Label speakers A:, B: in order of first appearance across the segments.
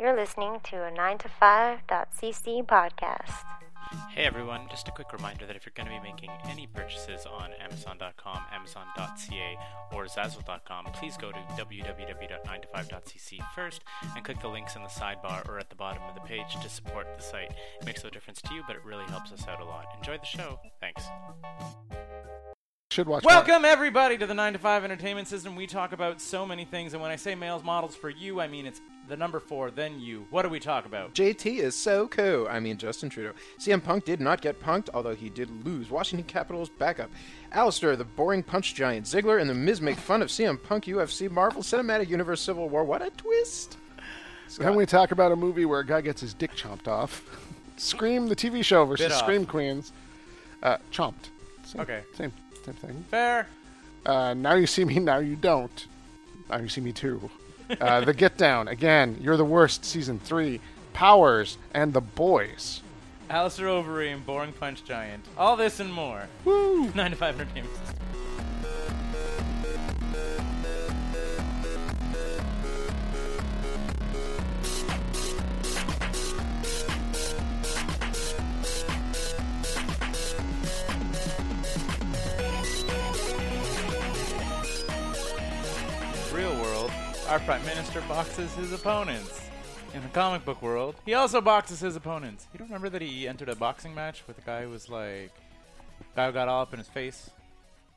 A: You're listening to a 9to5.cc podcast.
B: Hey everyone, just a quick reminder that if you're going to be making any purchases on Amazon.com, Amazon.ca, or Zazzle.com, please go to www.9to5.cc first and click the links in the sidebar or at the bottom of the page to support the site. It makes no difference to you, but it really helps us out a lot. Enjoy the show. Thanks.
C: Should watch.
D: Welcome, everybody, to the 9 to 5 Entertainment System. We talk about so many things, and when I say males models for you, I mean it's the number four, then you. What do we talk about?
C: JT is so cool. I mean, Justin Trudeau. CM Punk did not get punked, although he did lose. Washington Capitals backup. Alistair, the boring punch giant. Ziggler and The Miz make fun of CM Punk, UFC, Marvel, Cinematic Universe, Civil War. What a twist!
E: Then we talk about a movie where a guy gets his dick chomped off. Scream, the TV show versus
D: Bit off.
E: Scream Queens. Uh, chomped. Same,
D: Okay.
E: Same, same thing.
D: Fair.
E: Uh, now you see me, now you don't. Now you see me too. Uh, the Get Down, again, You're the Worst, Season 3. Powers, and The Boys.
D: Alistair Overeem, Boring Punch Giant. All this and more. Woo! 9 to 5 Entertainment System. real world, our prime minister boxes his opponents. In the comic book world, he also boxes his opponents. You don't remember that he entered a boxing match with a guy who was like, guy who got all up in his face.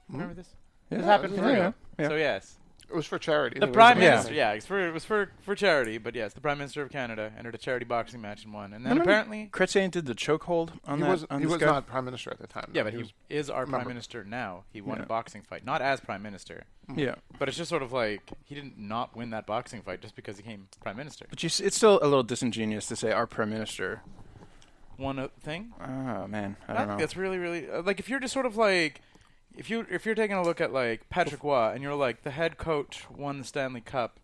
D: Remember this? this happened for real. So yes,
E: Hmm? It was for charity.
D: the
E: It was
D: prime
E: amazing.
D: minister. Yeah, it's for, it was for for charity, but yes, the prime minister of Canada entered a charity boxing match and won. And then apparently,
F: Kretschmann did the chokehold on
E: He
F: that.
E: was,
F: on
E: he
F: this
E: was
F: guy?
E: not prime minister at the time.
D: yeah,
E: though.
D: but he is our prime
E: remember.
D: minister now. He won
F: Yeah.
D: a boxing fight, not as prime minister.
F: Yeah,
D: But it's just sort of like he didn't not win that boxing fight just because he came prime minister.
F: but you, s- it's still a little disingenuous to say our prime minister.
D: One o- thing
F: Oh man, I
D: I
F: don't
D: think
F: know.
D: that's really, really uh, like if you're just sort of like if you if you're taking a look at like Patrick Waugh and you're like the head coach won the Stanley Cup,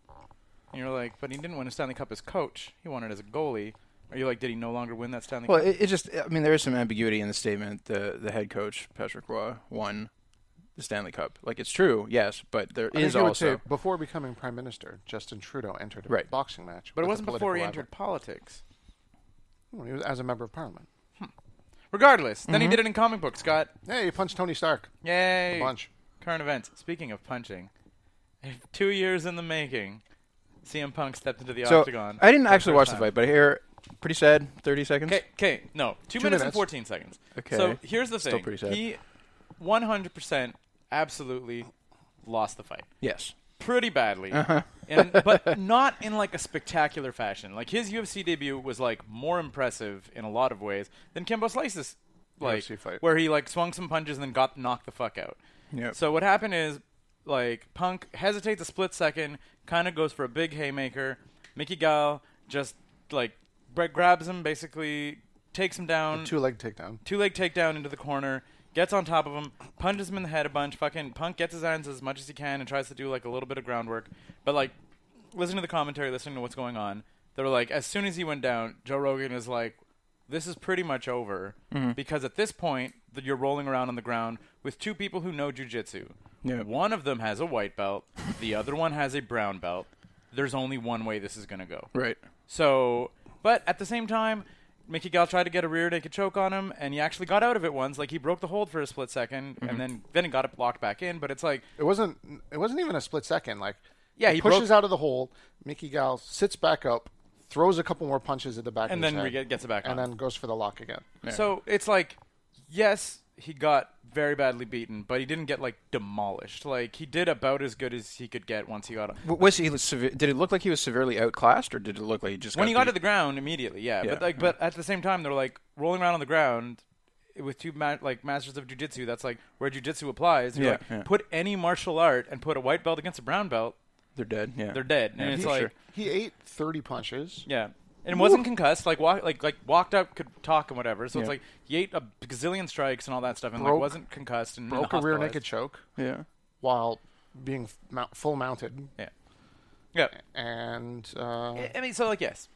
D: and you're like, but he didn't win a Stanley Cup as coach. He won it as a goalie. Are you like, did he no longer win that Stanley
F: well,
D: Cup?
F: it, it just. I mean, there is some ambiguity in the statement. The the head coach Patrick Roy won the Stanley Cup. Like it's true, yes, but there is
E: I think you would
F: also
E: say before becoming prime minister, Justin Trudeau entered a
F: Right.
E: boxing match.
D: but it
E: with a
D: wasn't before he
E: political
D: entered politics.
E: rival. He was as a member of parliament.
D: Regardless, then
F: Mm-hmm.
D: he did it in comic books. Scott,
E: Hey, he punched Tony Stark.
D: yay!
E: A bunch.
D: Current events. Speaking of punching, two years in the making, CM Punk stepped into the
F: so.
D: octagon.
F: I didn't
D: for the
F: actually
D: first
F: watch
D: time.
F: the fight, but I hear pretty sad. Thirty seconds.
D: Okay, okay, no, two, minutes, and
E: minutes.
D: fourteen seconds.
F: Okay.
D: So here's the thing.
F: Still pretty sad.
D: He, one hundred percent, absolutely lost the fight
F: Yes.
D: pretty badly, and, but not in like a spectacular fashion. Like his UFC debut was like more impressive in a lot of ways than Kimbo Slice's like
E: UFC fight.
D: where he like swung some punches and then got knocked the fuck out.
F: Yep.
D: So what happened is like Punk hesitates a split second, kind of goes for a big haymaker. Mickey Gall just like gra- grabs him, basically takes him down
E: Mm. Two leg takedown.
D: two leg takedown into the corner, gets on top of him, punches him in the head a bunch. Fucking Punk gets his irons as much as he can and tries to do like a little bit of groundwork. But like, listening to the commentary, listening to what's going on, they were like, as soon as he went down, Joe Rogan is like, this is pretty much over
F: Mm-hmm.
D: because at this point that you're rolling around on the ground with two people who know jujitsu.
F: Yeah.
D: One of them has a white belt, the other one has a brown belt. There's only one way this is gonna go.
F: Right.
D: So, but at the same time, Mickey Gall tried to get a rear naked choke on him, and he actually got out of it once. Like he broke the hold for a split 2nd and then then he got it blocked back in. But it's like,
E: It wasn't. It wasn't even a split second. Like,
D: Yeah, he
E: he pushes
D: broke-
E: out of the hole. Mickey Gal sits back up, throws a couple more punches at the back,
D: And
E: of his
D: then
E: head,
D: we get- gets it back
E: and
D: on.
E: then goes for the lock again.
D: so it's like, yes, he got very badly beaten, but he didn't get like demolished. Like he did about as good as he could get once he got.
F: W- Was he? Sever- did it look like he was severely outclassed, or did it look like he just
D: when
F: got
D: he got
F: beat?
D: to the ground immediately, yeah. But
F: Yeah.
D: like, but at the same time, they're like rolling around on the ground with two ma- like masters of jujitsu. That's like where jujitsu applies. You're
F: Yeah,
D: like,
F: yeah.
D: put any martial art and put a white belt against a brown belt.
F: They're dead. Yeah.
D: They're dead, and
F: Yeah,
D: it's
F: sure.
D: like,
E: He ate thirty punches.
D: yeah, and wasn't concussed. Like walk, like like walked up, could talk and whatever. So it's
F: Yeah.
D: like he ate a gazillion strikes and all that stuff, and like
E: Broke-
D: wasn't concussed and
E: Broke a
D: and
E: rear
D: hospitalized.
E: naked choke
F: Mm, Yeah.
E: while being f- mount, full mounted,
D: Yeah, yeah.
E: and uh,
D: I- I mean, so like yes,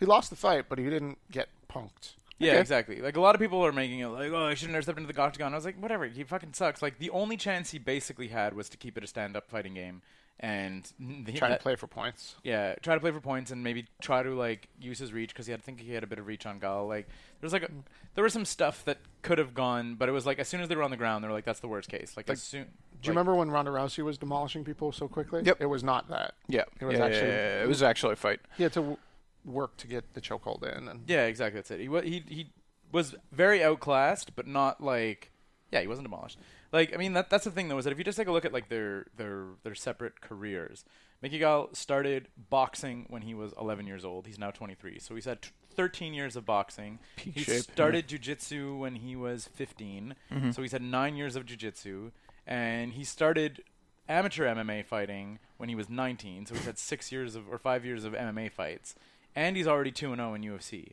E: he lost the fight, but he didn't get punked.
D: Yeah, exactly. Like a lot of people are making it like, oh, I shouldn't have stepped into the octagon. I was like, whatever. He fucking sucks. Like the only chance he basically had was to keep it a stand-up fighting game, and the,
E: Trying
D: that-
E: to play for points.
D: Yeah, try to play for points and maybe try to like use his reach because he had I think he had a bit of reach on Gal. Like there's like a,
E: Mm.
D: there was some stuff that could have gone, but it was like as soon as they were on the ground, they were like, that's the worst case. Like, as soon.
E: Do you remember when Ronda Rousey was demolishing people so quickly?
F: Yep.
E: It was not that.
F: Yeah,
E: It was
F: yeah, yeah,
E: actually
F: yeah, yeah. it was actually a fight.
E: he had to w- work to get the chokehold in. And
D: Yeah, exactly. That's it. He wa- he he was very outclassed, but not like yeah, he wasn't demolished. Like I mean, that that's the thing though is that if you just take a look at like their their their separate careers, Mickey Gall started boxing when he was 11 years old. He's now 23, so he's had t- 13 years of boxing. he
F: shape, Mm-hmm.
D: started jujitsu when he was 15, so he's had nine years of jujitsu, and he started amateur MMA fighting when he was 19, so he's had six years of or five years of MMA fights, and he's already two and zero in UFC.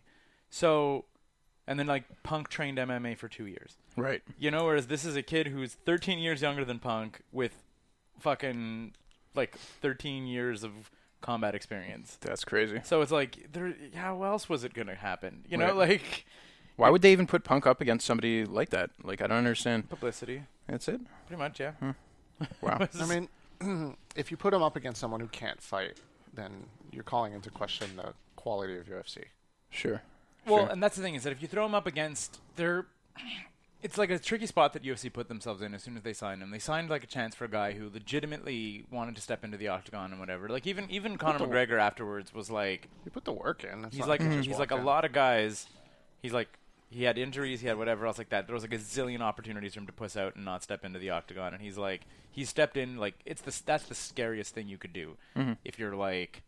D: So, and then like Punk trained MMA for two years,
F: Right.
D: you know. Whereas this is a kid who's 13 years younger than Punk with fucking like 13 years of combat experience.
F: That's crazy.
D: So it's like, there, how else was it gonna happen? You know,
F: Right.
D: like
F: Why would they even put Punk up against somebody like that? Like, I don't understand.
D: publicity,
F: That's it. Hmm.
D: pretty much, yeah.
F: Wow.
E: I mean, if you put him up against someone who can't fight, then you're calling into question the quality of UFC.
F: sure.
D: Well,
F: Sure.
D: and that's the thing is that if you throw them up against their, it's like a tricky spot that UFC put themselves in as soon as they signed him. They signed like a chance for a guy who legitimately wanted to step into the octagon and whatever. Like even even Conor McGregor afterwards was like
E: You put the work in. It's
D: he's
E: not
D: like
E: you just
D: he's
E: walk
D: like a
E: in.
D: lot of guys. He's like he had injuries, he had whatever else like that. There was like a zillion opportunities for him to puss out and not step into the octagon, and he's like he stepped in like it's the that's the scariest thing you could do
E: Mm-hmm.
D: if you're like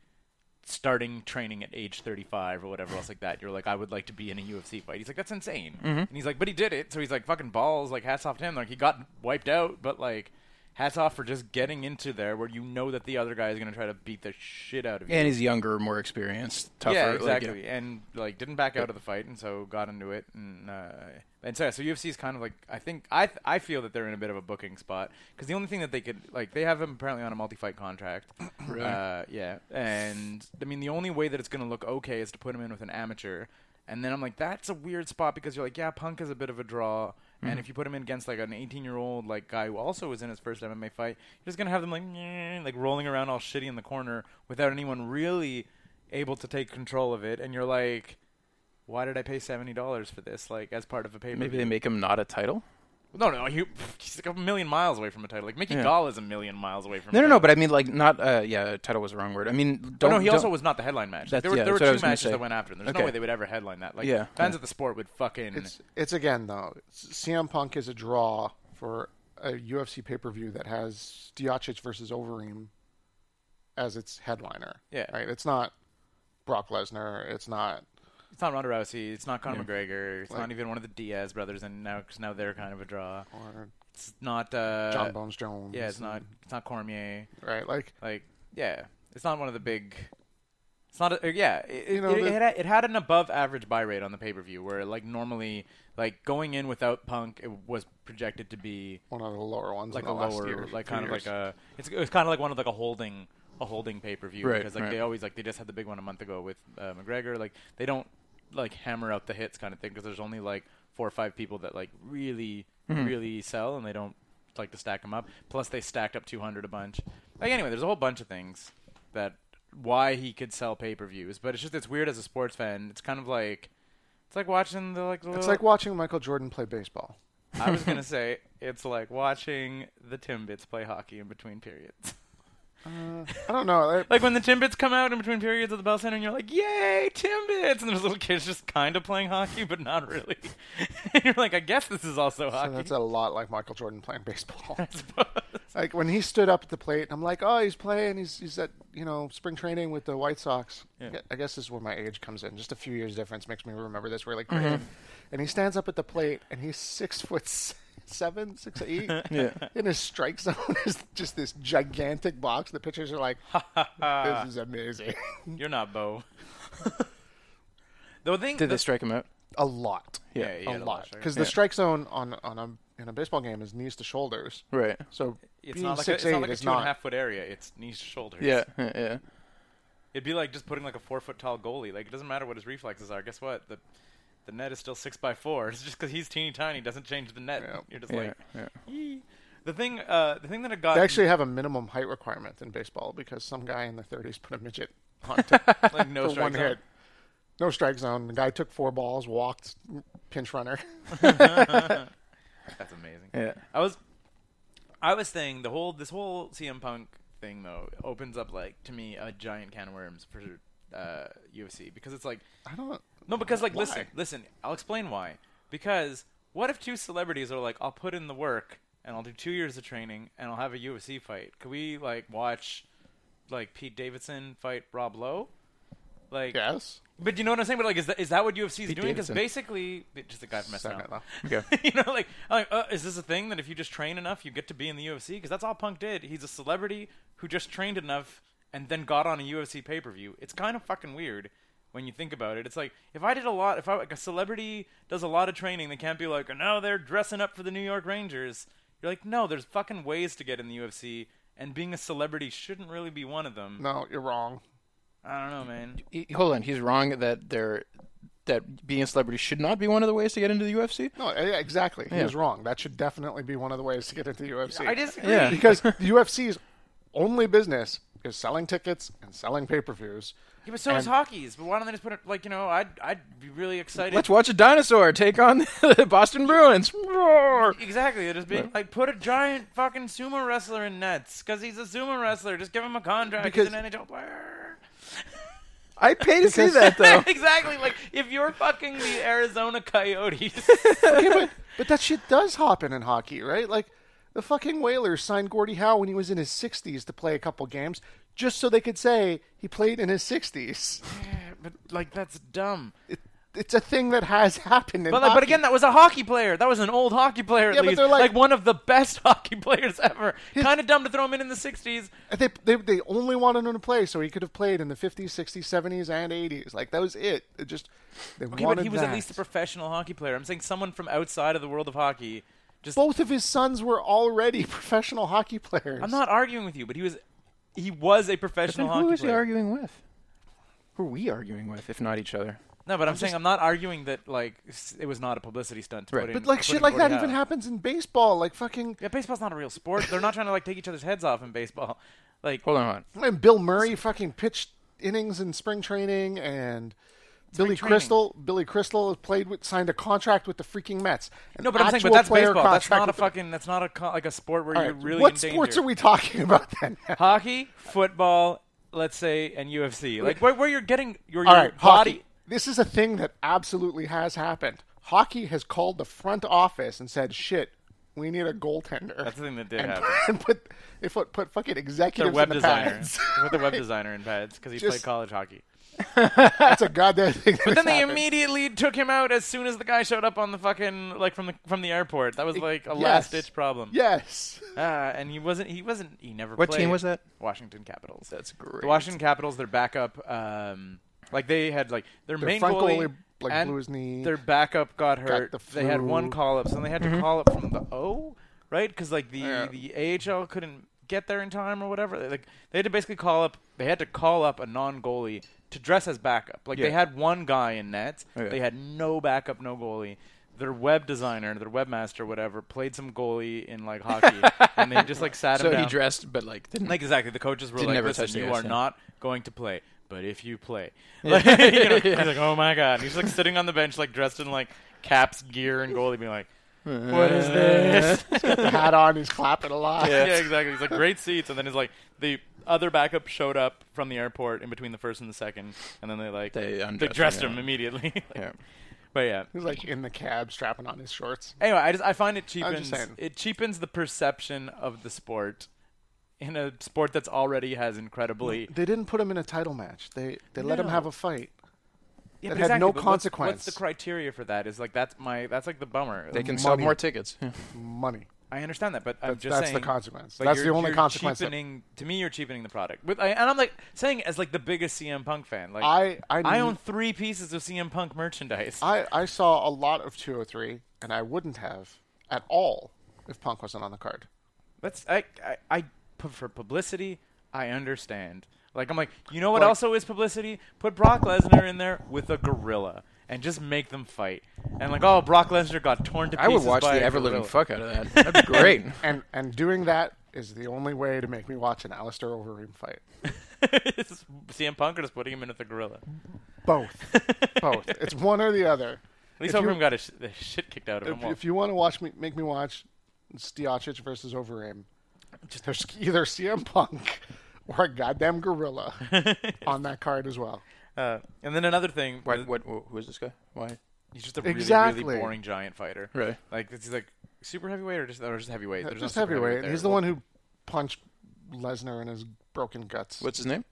D: starting training at age 35 or whatever else like that. You're like, I would like to be in a UFC fight. He's like, that's insane.
E: Mm-hmm.
D: And he's like, but he did it. So he's like, fucking balls. Like, hats off to him. Like, he got wiped out, but like, hats off for just getting into there where you know that the other guy is going to try to beat the shit out of you.
F: And he's younger, more experienced, tougher.
D: yeah,
F: like, you know.
D: exactly. And like, didn't back out of the fight, and so got into it. And uh, and so, yeah, so UFC is kind of like, I think I th- I feel that they're in a bit of a booking spot because the only thing that they could like, they have him apparently on a multi-fight contract.
F: Really?
D: Uh, yeah, and I mean the only way that it's going to look okay is to put him in with an amateur, and then I'm like, that's a weird spot because you're like, yeah, Punk is a bit of a draw,
F: Mm-hmm.
D: and if you put him in against like an 18 year old like guy who also was in his first MMA fight, you're just going to have them like "Nyeh," like rolling around all shitty in the corner without anyone really able to take control of it, and you're like. Why did I pay seventy dollars for this? Like as part of a pay
F: Maybe they make him not a title.
D: no, no, he, he's like a million miles away from a title. Like Mickey
F: Yeah.
D: Gall is a million miles away from.
F: No,
D: a
F: no,
D: title. Oh,
F: no. But I mean, like, not. Uh, yeah, title was the wrong word. I mean, don't.
D: no, he
F: don't-
D: also was not the headline match.
F: That's-
D: there were,
F: yeah,
D: there were
F: that's what I
D: two
F: was gonna
D: matches
F: say.
D: that went after him. There's
F: Okay.
D: no way they would ever headline that. Like
F: Yeah,
D: fans
F: yeah.
D: of the sport would fucking.
E: It's it's again though. CM Punk is a draw for a UFC pay per view that has Diocic versus Overeem as its headliner.
D: Yeah.
E: right. It's not Brock Lesnar. It's not
D: it's not Ronda Rousey. It's not Conor McGregor. It's not even one of the Diaz brothers, and now because now they're kind of a draw.
E: or
D: It's not uh,
E: John Bones Jones.
D: Yeah, it's not. It's not Cormier.
E: right. Like
D: Like yeah, it's not one of the big. It's not. A, uh, yeah, it,
E: You know,
D: it,
E: the-
D: it, had, a- it had an above average buy rate on the pay per view, where like normally, like going in without Punk, it was projected to be
E: one of the lower ones.
D: like
E: in
D: a
E: the last
D: lower,
E: year,
D: like
E: two
D: kind of like
E: years.
D: a. It's it was kind of like one of like a holding a holding pay per view
F: Right,
D: because like
F: right.
D: they always like they just had the big one a month ago with uh, McGregor. Like they don't like hammer out the hits kind of thing because there's only like four or five people that like really
E: Mm-hmm.
D: really sell and they don't like to stack them up. Plus they stacked up 200 a bunch. Like anyway, there's a whole bunch of things that why he could sell pay per views, but it's just it's weird as a sports fan. It's kind of like. It's like watching the like.
E: It's
D: little-
E: like watching Michael Jordan play baseball.
D: I was gonna say it's like watching the Timbits play hockey in between periods.
E: I don't know. I-
D: Like when the Timbits come out in between periods at the Bell Center, and you're like, "Yay, Timbits!" And there's little kids just kind of playing hockey, but not really. and you're like, "I guess this is also
E: So
D: hockey."
E: that's a lot like Michael Jordan playing baseball.
D: I suppose.
E: like when he stood up at the plate, I'm like, oh, he's playing. He's he's at you know spring training with the White Sox.
D: Yeah.
E: I guess this is where my age comes in. Just a few years difference makes me remember this really
D: Mm-hmm.
E: quick. And he stands up at the plate, and he's six foot s- seven, six eight.
F: Yeah.
E: In his strike zone is just this gigantic box. The pitchers are like, this is amazing.
D: You're not Bo. the thing,
F: Did
D: the-
F: they strike him out?
E: a lot,
F: Yeah.
D: yeah, he
E: a
D: had
E: lot,
D: strike.
E: because the strike zone on on a in a baseball game is knees to shoulders.
F: Right.
E: So
D: It's
E: being
D: not like a,
E: six
D: it's not like a
E: is
D: two and a half
E: not.
D: foot area. It's knees to shoulders.
F: Yeah. Yeah. yeah.
D: It'd be like just putting like a four foot tall goalie. Like it doesn't matter what his reflexes are. Guess what? The the net is still six by four. It's just because he's teeny tiny doesn't change the net.
E: Yeah.
D: You're just
F: Yeah,
D: like,
F: yeah.
D: "Yee." the thing. Uh, the thing that I got
E: They actually have a minimum height requirement in baseball because some guy in the 30s put a midget on to-
D: like no
E: for
D: strike
E: one
D: zone.
E: hit. No strike zone. The guy took four balls, walked, pinch runner.
D: That's amazing.
F: Yeah.
D: I was, I was saying the whole this whole CM Punk thing though opens up like to me a giant can of worms for uh, UFC because it's like
E: I don't.
D: no because like
E: Why?
D: listen listen I'll explain why because what if two celebrities are like I'll put in the work and I'll do two years of training and I'll have a UFC fight could we like watch like Pete Davidson fight Rob Lowe like
E: Yes.
D: but you know what I'm saying but like is that is that what UFC is
F: Pete
D: doing because
F: Davidson.
D: basically just a guy from
E: Saturday
D: SNL
E: Night Live.
F: Okay.
D: you know, like, like uh, is this a thing that if you just train enough, you get to be in the UFC? Because that's all Punk did. He's a celebrity who just trained enough and then got on a UFC pay per view. It's kind of fucking weird when you think about it. It's like if I did a lot, if I like a celebrity does a lot of training, they can't be like, oh, no, they're dressing up for the New York Rangers. You're like, no, there's fucking ways to get in the UFC, and being a celebrity shouldn't really be one of them.
E: No, you're wrong.
D: I don't know, man.
F: He- hold on, he's wrong that there that being a celebrity should not be one of the ways to get into the UFC.
E: No, eh, exactly. He
F: Yeah.
E: was wrong. That should definitely be one of the ways to get into the UFC.
D: I disagree.
F: Yeah.
E: because the UFC's only business is selling tickets and selling pay-per-views.
D: Yeah, but so is
E: And-
D: hockey's. But why don't they just put it like you know? I'd I'd be really excited.
F: Let's watch a dinosaur take on the Boston Bruins. Roar.
D: Exactly. They're just being like, put a giant fucking sumo wrestler in nets because he's a sumo wrestler. Just give him a contract.
F: Because-
D: he's an NHL player.
F: I pay to see that though.
D: exactly. Like if you're fucking the Arizona Coyotes,
E: Okay, but, but that shit does happen in hockey, right? Like the fucking Whalers signed Gordie Howe when he was in his 60s to play a couple games just so they could say he played in his 60s.
D: but like that's dumb.
E: It, it's a thing that has happened in
D: But like, but
E: hockey.
D: again, that was a hockey player. That was an old hockey player. At
E: Yeah, but
D: least.
E: they're like-
D: one of the best hockey players ever. Kind of dumb to throw him in in the '60s.
E: They, they, they only wanted him to play so he could have played in the 50s, 60s, 70s, and 80s. Like, that was it. It just, they
D: Okay,
E: wanted
D: but he was
E: that.
D: at least a professional hockey player. I'm saying someone from outside of the world of hockey. Just
E: Both of his sons were already professional hockey players.
D: I'm not arguing with you, but he was he was a professional hockey
F: who is he
D: player.
F: arguing with? Who are we arguing with, if not each other?
D: No, but I'm, saying I'm not arguing that like s- it was not a publicity stunt. To
F: Right.
D: put in,
E: But, like,
D: put
E: shit
D: in
E: like that
D: 40
E: even
D: out.
E: happens in baseball. Like, fucking.
D: Yeah, baseball's not a real sport. They're not trying to like take each other's heads off in baseball. Like,
F: Hold on, hold on.
E: And Bill Murray fucking pitched innings in spring training, and Billy
D: training.
E: Crystal, Billy Crystal played with, signed a contract with the freaking Mets. An
D: no, but I'm saying,
E: actual
D: but that's
E: player
D: baseball. That's
E: contract
D: not a
E: with the-
D: fucking. That's not a co- like a sport where
E: All
D: you're
E: right,
D: really
E: what
D: in
E: sports
D: danger.
E: are we talking about then?
D: Hockey, football, let's say, and UFC. Like where, where you're getting your,
E: All
D: your
E: right,
D: body.
E: hockey. This is a thing that absolutely has happened. Hockey has called the front office and said, "Shit, we need a goaltender."
D: That's the thing that did
E: and,
D: happen.
E: and put they put, put fucking
D: Their
E: executives
D: web
E: in the
D: designer.
E: pads.
D: With the web designer in pads because he
E: Just-
D: played college hockey.
E: That's a goddamn thing.
D: But then they immediately took him out as soon as the guy showed up on the fucking like from the from the airport. That was like a
E: E, yes.
D: last ditch problem.
E: Yes.
D: Uh, and he wasn't. He wasn't. He never.
F: What
D: played.
F: team was that?
D: Washington Capitals.
F: That's great.
D: The Washington Capitals. Their backup. Um, like they had like their,
E: Their
D: main
E: front
D: goalie.
E: goalie, like,
D: and
E: blew his knee.
D: Their backup got hurt.
E: the
D: they had one
E: flu.
D: call up, so they had to call up from the O, right? Because like the the AHL couldn't get there in time or whatever. They, like they had to basically call up. They had to call up a non goalie to dress as backup. Like they
F: Yeah. Oh,
D: had one guy in net.
F: Okay.
D: They had no backup, no goalie. Their web designer, their webmaster, whatever, played some goalie in like hockey, and they just like sat him
F: So
D: down.
F: he dressed, but like didn't
D: Like exactly, the coaches were
F: Didn't
D: like,
F: ever
D: "Listen,
F: touch the
D: you
F: ice,
D: are
F: yeah.
D: not going to play, but if you play," Like, you know, he's like, "Oh my god!" He's like sitting on the bench, like dressed in like caps, gear, and goalie, being like, "What is
F: Uh,
D: this?"
E: The hat on, he's clapping a lot.
D: yeah. exactly. He's like, "Great seats," and then he's like, the other backup showed up from the airport in between the first and the second, and then they like
F: They
D: they
F: undressed
D: dressed
F: him,
D: him
F: yeah.
D: immediately. Like,
F: Yeah.
D: But yeah,
E: He's like in the cab, strapping on his shorts.
D: Anyway, I just I find it
E: I'm
D: cheapens
E: just saying.
D: it cheapens the perception of the sport in a sport that's already has incredibly
E: They didn't put him in a title match. They they let him
D: No.
E: have a fight.
D: yeah,
E: that
D: but
E: had no
D: but what's- What's,
E: consequence.
D: the criteria for that? Is like that's my that's like the bummer. Um,
F: they can sell
E: Money.
F: more tickets. Yeah.
E: Money.
D: I understand that, but I'm
E: That's-
D: just
E: that's the
D: saying,
E: consequence.
D: like,
E: That's
D: you're-
E: the only
D: you're
E: consequence that-
D: Cheapening, to me, you're cheapening the product. With, I, and I'm like saying as like the biggest CM Punk fan. Like
E: I- I kn-
D: own three pieces of CM Punk merchandise.
E: I, I saw a lot of 203, and I wouldn't have at all if Punk wasn't on the card.
D: That's I I, I pu- for publicity. I understand. Like I'm like, you know what
E: Like-
D: also is publicity? Put Brock Lesnar in there with a gorilla, and just make them fight. And like, oh, Brock Lesnar got torn to
F: I
D: pieces.
F: would watch
D: by
F: the
D: a
F: ever living
D: gorilla.
F: fuck out of that. That'd be great.
E: And and doing that is the only way to make me watch an Alistair Overeem fight.
D: It's CM Punk or just putting him in with a gorilla.
E: Both, both. It's one or the other.
D: At least
E: If you-
D: Overeem got his sh- the shit kicked out of him.
E: If,
D: Well,
E: if you want to watch me, make me watch Stiacic versus Overeem. There's either CM Punk or a goddamn gorilla on that card as well.
D: uh, and then another thing,
F: What, what, wh- who is this guy? Why?
D: he's just a really,
E: Exactly.
D: really boring giant fighter.
F: Really?
D: Like it's- he's like super heavyweight or just or just heavyweight. There's no
E: Just
D: super
E: heavyweight.
D: there.
E: He's the one who punched Lesnar in his broken guts.
F: What's his name?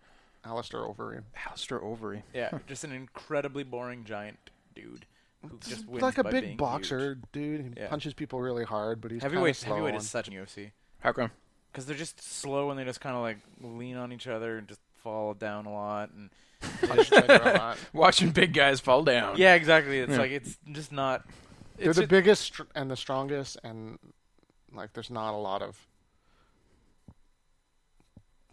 E: Alistair Overeem?
F: Alistair Overy.
D: Yeah, just an incredibly boring giant dude who just wins
E: like a
D: by
E: big
D: being
E: boxer
D: huge.
E: dude. He
D: Yeah.
E: punches people really hard, but he's kinda
D: Heavyweight
E: slow
D: heavyweight
E: on-
D: is such an UFC
F: How come?
D: because they're just slow and they just kind of like lean on each other and just fall down a lot and
F: Watching big guys fall down.
D: yeah, exactly. It's like it's just not.
E: They're
D: It's
E: the
D: ju-
E: biggest str- and the strongest, and like there's not a lot of.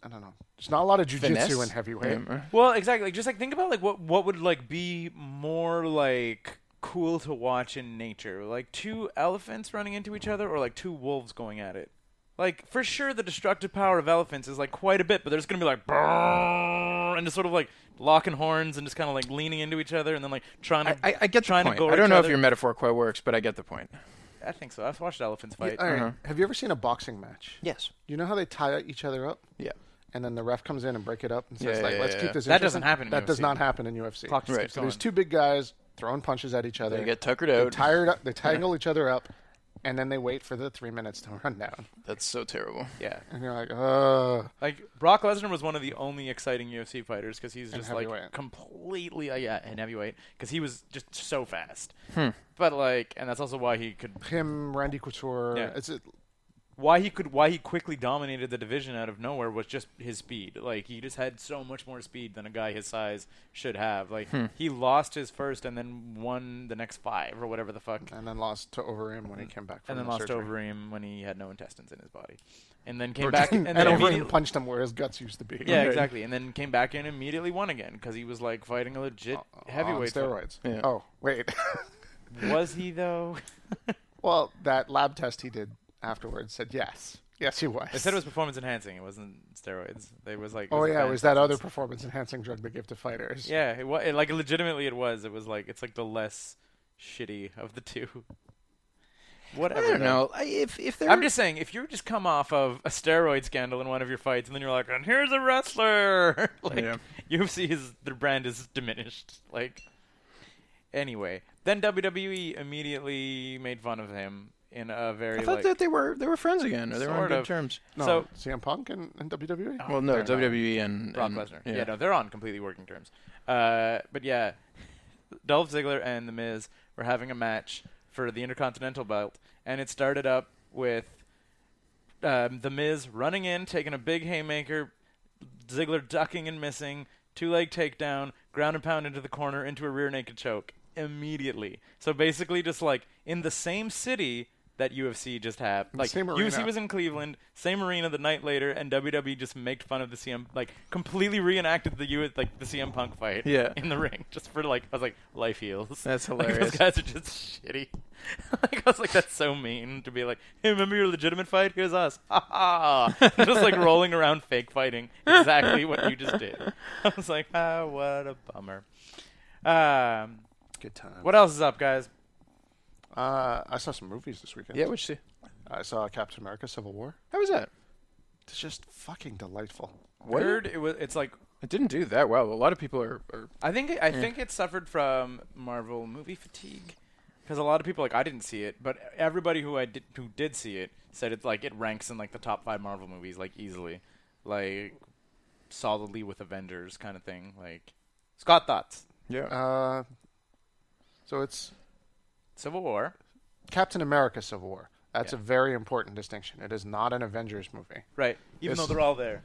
E: I don't know. There's not a lot of jujitsu in heavyweight.
F: Yeah. uh-huh.
D: Well, exactly. Like, just like think about like what what would like be more like cool to watch in nature, like two elephants running into each other, or like two wolves going at it. Like for sure, the destructive power of elephants is like quite a bit, but they're just gonna be like "Brrr," and just sort of like locking horns and just kind of like leaning into each other and then like trying to.
F: I, I, I get the
D: trying
F: point.
D: to go.
F: I don't know if your metaphor quite works, but I get the point.
D: I think so. I've watched elephants fight.
E: All
F: Uh-huh.
E: right. Have you ever seen a boxing match?
F: Yes.
E: You know how they tie each other up,
F: Yeah.
E: and then the ref comes in and break it up and says,
F: Yeah,
E: "Like,
F: yeah,
E: let's
F: yeah,
E: keep
F: yeah.
E: this."
D: That doesn't
E: interesting.
D: happen in
E: That does
D: UFC.
E: not happen in UFC.
D: Clock just
F: Right.
D: keeps
E: So there's
D: going.
E: two big guys throwing punches at each other.
F: They get tuckered
E: They're
F: out.
E: tired up. They tangle each other up, and then they wait for the three minutes to run down.
F: That's so terrible.
D: Yeah.
E: And you're like, "Uh."
D: Like Brock Lesnar was one of the only exciting UFC fighters because he's just like
E: heavyweight.
D: completely uh, yeah and heavyweight because he was just so fast.
E: Hmm.
D: But like, and that's also why he could
E: Him, Randy Couture.
D: Yeah.
E: It's a,
D: why he could why he quickly dominated the division out of nowhere was just his speed. Like he just had so much more speed than a guy his size should have. Like
E: Hmm.
D: he lost his first and then won the next five or whatever the fuck.
E: and then lost to Overeem when he came back from
D: And then
E: the
D: lost
E: surgery.
D: to Overeem when he had no intestines in his body, and then came back and,
E: and
D: then
E: Overeem
D: immediately-
E: punched him where his guts used to be.
D: Yeah,
E: On-
D: exactly. And then came back in and immediately won again because he was like fighting a legit
E: on
D: heavyweight. fight.
E: steroids.
F: Yeah.
E: Oh wait,
D: Was he though?
E: well that lab test he did afterwards said yes, yes he was.
D: They said it was performance enhancing. It wasn't steroids. They was like.
E: Oh yeah, it
D: banned
E: was that other
D: substance.
E: performance enhancing drug they give to fighters.
D: Yeah, it was. It, like legitimately, it was. It was like it's like the less shitty of the two. Whatever.
F: I don't
D: though.
F: know. I, if if they're
D: I'm just saying, if you just come off of a steroid scandal in one of your fights, and then you're like, "And here's a wrestler," like
F: Yeah.
D: UFC is their brand is diminished. Like, anyway, then WWE immediately made fun of him in a very
F: I thought
D: like,
F: that they were they were friends again. or They were on
D: Sort
F: good
D: of.
F: terms.
E: No,
D: so
E: CM Punk and, E. and WWE.
F: Well, no,
E: They're not.
F: WWE and
D: Oh, Brock
F: and-
D: Lesnar. Yeah.
F: Yeah.
D: no, they're on completely working terms. Uh, but yeah, Dolph Ziggler and The Miz were having a match for the Intercontinental Belt, and it started up with um, The Miz running in, taking a big haymaker, Ziggler ducking and missing, two leg takedown, ground and pound into the corner, into a rear naked choke immediately. So basically, just like in the same city. That UFC just had, like
E: same
D: UFC
E: arena.
D: was in Cleveland, same arena the night later, and WWE just made fun of the CM, like completely reenacted the U like the CM Punk fight,
F: Yeah.
D: in the ring, just for like I was like life heals.
F: That's
D: Like,
F: hilarious.
D: those guys are just shitty. like I was like, that's so mean to be like, hey, remember your legitimate fight? Here's us, ha ha. just like rolling around, fake fighting, exactly what you just did. I was like, ah, what a bummer. Um,
E: Good time.
D: what else is up, guys?
E: Uh, I saw some movies this weekend.
F: Yeah, what'd you see?
E: I saw Captain America: Civil War.
F: How was that?
E: It's just fucking delightful.
F: What?
D: Heard it was. It's like
F: It didn't do that well. A lot of people are, are
D: I think I think it suffered from Marvel movie fatigue because a lot of people like I didn't see it, but everybody who I did who did see it said it's like it ranks in like the top five Marvel movies like easily, like solidly with Avengers kind of thing. Like Scott thoughts
F: yeah.
E: Uh, so it's
D: Civil War,
E: Captain America: Civil War. That's
D: Yeah.
E: a very important distinction. It is not an Avengers movie
D: right? Even though
E: Yes.
D: they're all there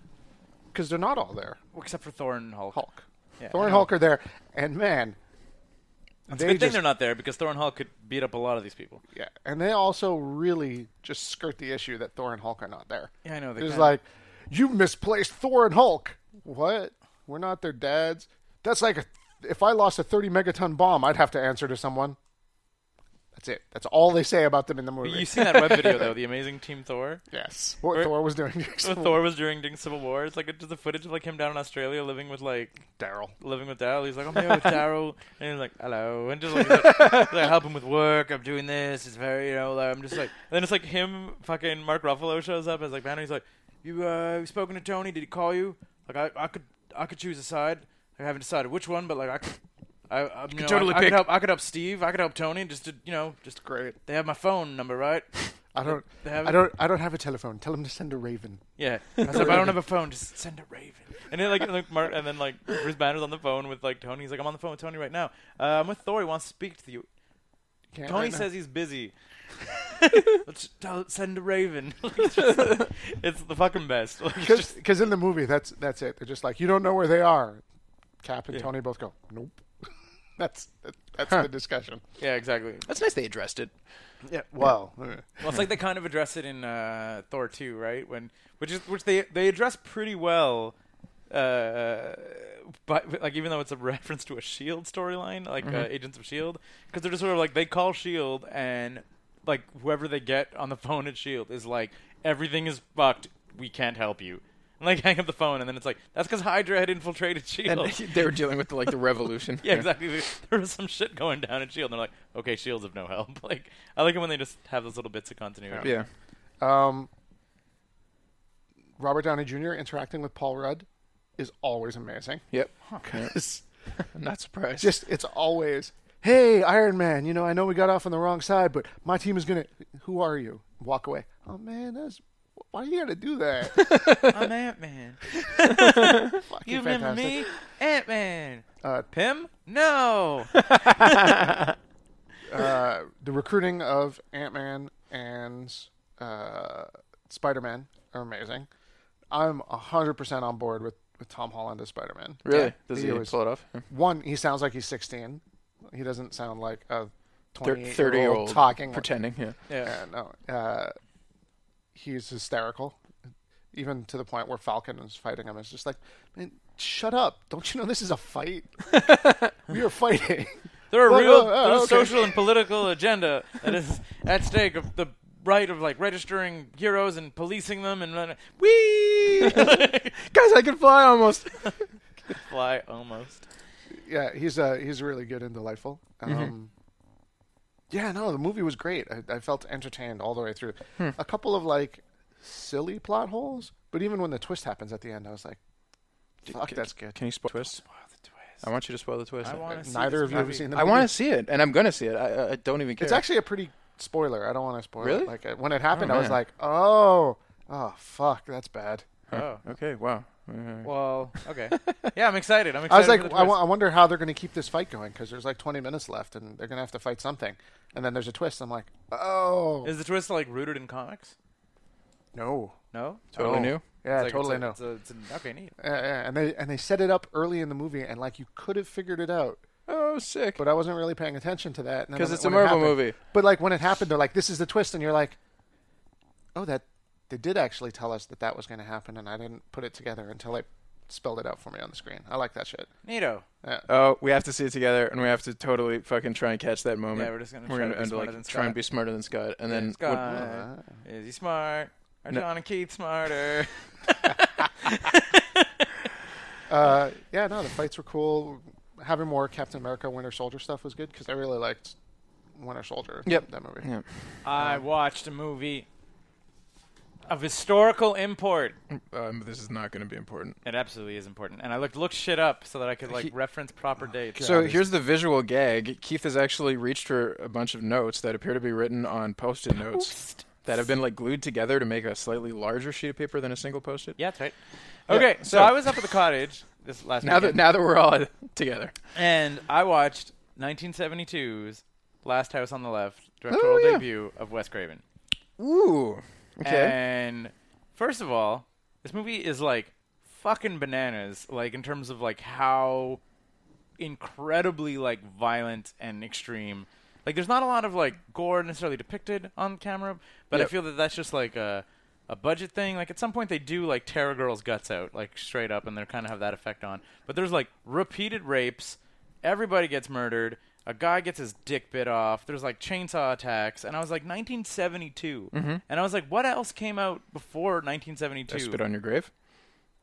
E: because they're not all there.
D: except for Thor and Hulk.
E: Hulk,
D: Yeah,
E: Thor
D: I
E: and
D: know.
E: Hulk are there, and man,
D: It's a
E: they
D: good thing
E: just-
D: they're not there because Thor and Hulk could beat up a lot of these people.
E: yeah, and they also really just skirt the issue that Thor and Hulk are not there.
D: Yeah, I know, they
E: It's
D: kinda-
E: like you misplaced Thor and Hulk. What? We're not their dads. That's like a if I lost a 30 megaton bomb, I'd have to answer to someone. That's it. That's all they say about them in the movie.
D: You've seen that web video though, the amazing Team Thor.
E: yes. What
D: Or-
E: Thor was doing. during
D: What
E: Civil
D: Thor was during during Civil War. It's like it's just the footage of like him down in Australia living with like
E: Daryl.
D: living with Daryl. He's like, I'm here with Daryl, and he's like, hello, and just like, he's like, he's like, help him with work. I'm doing this. It's very, you know, like, I'm just like. And then it's like him, fucking Mark Ruffalo shows up as like Banner. He's like, you uh, you spoken to Tony? Did he call you? Like, I, I could, I could choose a side. I haven't decided which one, but like, I, could, I, I you know,
F: totally
D: I, I could
F: pick.
D: help. I could help Steve. I could help Tony. Just to, you know, just
E: Great.
D: They have my phone number, right?
E: I don't.
D: They have
E: I don't. I don't have a telephone. Tell him to send a raven.
D: Yeah. I said, "But I don't have a phone. Just send a raven. And then like, like Mark, and then like Bruce Banner's on the phone with like Tony. He's like, I'm on the phone with Tony right now. Uh, I'm with Thor. He wants to speak to you.
E: Can't
D: Tony
E: right now.
D: says he's busy. Let's tell, send a raven. Like, it's, just- it's the fucking best. Like, it's just-
E: because in the movie that's that's it. They're just like you don't know where they are. Cap and Tony both go nope. that's that's the discussion.
D: yeah, exactly.
F: That's nice they addressed it.
E: Yeah. Well,
D: Well, it's like they kind of address it in uh, Thor 2, right? When which is which they they address pretty well. Uh, but like even though it's a reference to a Shield E storyline, like uh, Agents of Shield, because they're just sort of like they call Shield E and like whoever they get on the phone at Shield E is like everything is fucked. We can't help you. And like hang up the phone, and then it's like that's because Hydra had infiltrated Shield.
F: And they were dealing with like the revolution.
D: E Yeah, exactly. There was some shit going down at Shield, E and they're like, "Okay, Shield's of no help." Like, I like it when they just have those little bits of continuity.
F: Yeah.
E: um, Robert Downey Jr. interacting with Paul Rudd is always amazing.
F: Yep. I'm not surprised.
E: Just it's always hey Iron Man. You know I know we got off on the wrong side, but my team is gonna. Who are you? Walk away. Oh man, that's why you gotta do that.
D: I'm Ant Man.
E: Fucking
D: You remember
E: fantastic.
D: me? Ant Man.
E: Uh,
D: Pym? No.
E: uh, the recruiting of Ant Man and uh, Spider Man are amazing. I'm hundred percent on board with, with Tom Holland as Spider Man.
F: really? Does
E: he
F: he
E: always-
F: pull it off?
E: One, he sounds like he's 16. He doesn't sound like a 28
F: Thirty
E: year
F: year
E: old
F: old
E: talking.
F: pretending. Yeah.
D: yeah.
E: Yeah, no. Uh, he's hysterical, even to the point where Falcon is fighting him. It's just like, man, shut up! Don't you know this is a fight? we are fighting.
D: There are
E: Well,
D: real
E: well, uh,
D: there's
E: okay.
D: social and political agenda that is at stake of the right of like registering heroes and policing them and then we
F: Guys, I can fly almost.
D: fly almost.
E: yeah, he's uh, he's really good and delightful. Um,
D: Mm-hmm.
E: Yeah, no, the movie was great. I, I felt entertained all the way through.
D: Hmm.
E: A couple of like silly plot holes, but even when the twist happens at the end, I was like, "Fuck, that's good."
F: Can you spoil the twist? I want you to spoil the twist.
D: I want to see
E: Neither
D: this
E: of you have
D: movie.
E: seen the.
F: I
E: movie.
F: want to see it, and I'm gonna see it. I, I don't even care.
E: It's actually a pretty spoiler. I don't want to spoil
F: Really?
E: it. Like uh, when it happened,
F: Oh,
E: I was
F: man.
E: like, "Oh, oh, fuck, that's bad."
D: Oh.
F: okay. Wow. Uh,
D: Well, okay. Yeah, I'm excited. I'm excited.
E: I was like,
D: for the
E: I wo-
D: twist.
E: I wonder how they're going to keep this fight going because there's like 20 minutes left and they're going to have to fight something. And then there's a twist. I'm like, oh
D: Is the twist like rooted in comics?
E: no,
D: No.
F: Totally
E: Oh.
F: new.
E: yeah,
D: It's like-
E: totally
D: it's
E: no.
D: a- It's a, it's a, okay, neat.
E: Yeah, yeah, and they and they set it up early in the movie, and like you could have figured it out,
F: Oh, sick.
E: but I wasn't really paying attention to that. And then
F: 'Cause
E: when-
F: it's a
E: when it
F: Marvel
E: happened-
F: movie.
E: But like when it happened, they're like, "This is the twist," and you're like, "Oh, that they did actually tell us that that was going to happen," and I didn't put it together until they spelled it out for me on the screen. I like that shit.
D: Neato.
F: Oh, we have to see it together, and we have to totally fucking try and catch that moment.
D: Yeah, we're just gonna try to be
F: end
D: smarter
F: like,
D: than
F: try
D: Scott.
F: and be smarter than Scott, and then
D: Scott,
F: what-
D: is he smart? Are
F: No.
D: John and Keith smarter?
E: Uh, yeah, no, the fights were cool. Having more Captain America Winter Soldier stuff was good because I really liked Winter Soldier.
F: Yep.
E: that movie.
F: Yeah. Um,
D: I watched a movie of historical import.
F: Um, this is not going to be important.
D: It absolutely is important, and I looked looked shit up so that I could like reference proper dates.
F: Oh,
D: Um,
F: So here's the visual gag. Keith has actually reached for a bunch of notes that appear to be written on post-it notes that have been like glued together to make a slightly larger sheet of paper than a single post-it.
D: yeah, that's right. Okay, so,
F: so-
D: I was up at the cottage this last
F: Now that
D: weekend,
F: now that we're all together,
D: and I watched 1972's Last House on the Left directorial
F: Oh, yeah.
D: debut of Wes Craven.
F: ooh, okay,
D: And first of all, this movie is like fucking bananas, like in terms of like how incredibly like violent and extreme. Like there's not a lot of like gore necessarily depicted on camera, but I
F: Yep.
D: feel that that's just like a a budget thing. Like at some point they do like tear a girl's guts out, like straight up, and they kind of have that effect on. But there's like repeated rapes, Everybody gets murdered. A guy gets his dick bit off. There's like chainsaw attacks, and I was like 1972, and I was like, what else came out before 1972?
F: Mm-hmm. I spit on your grave.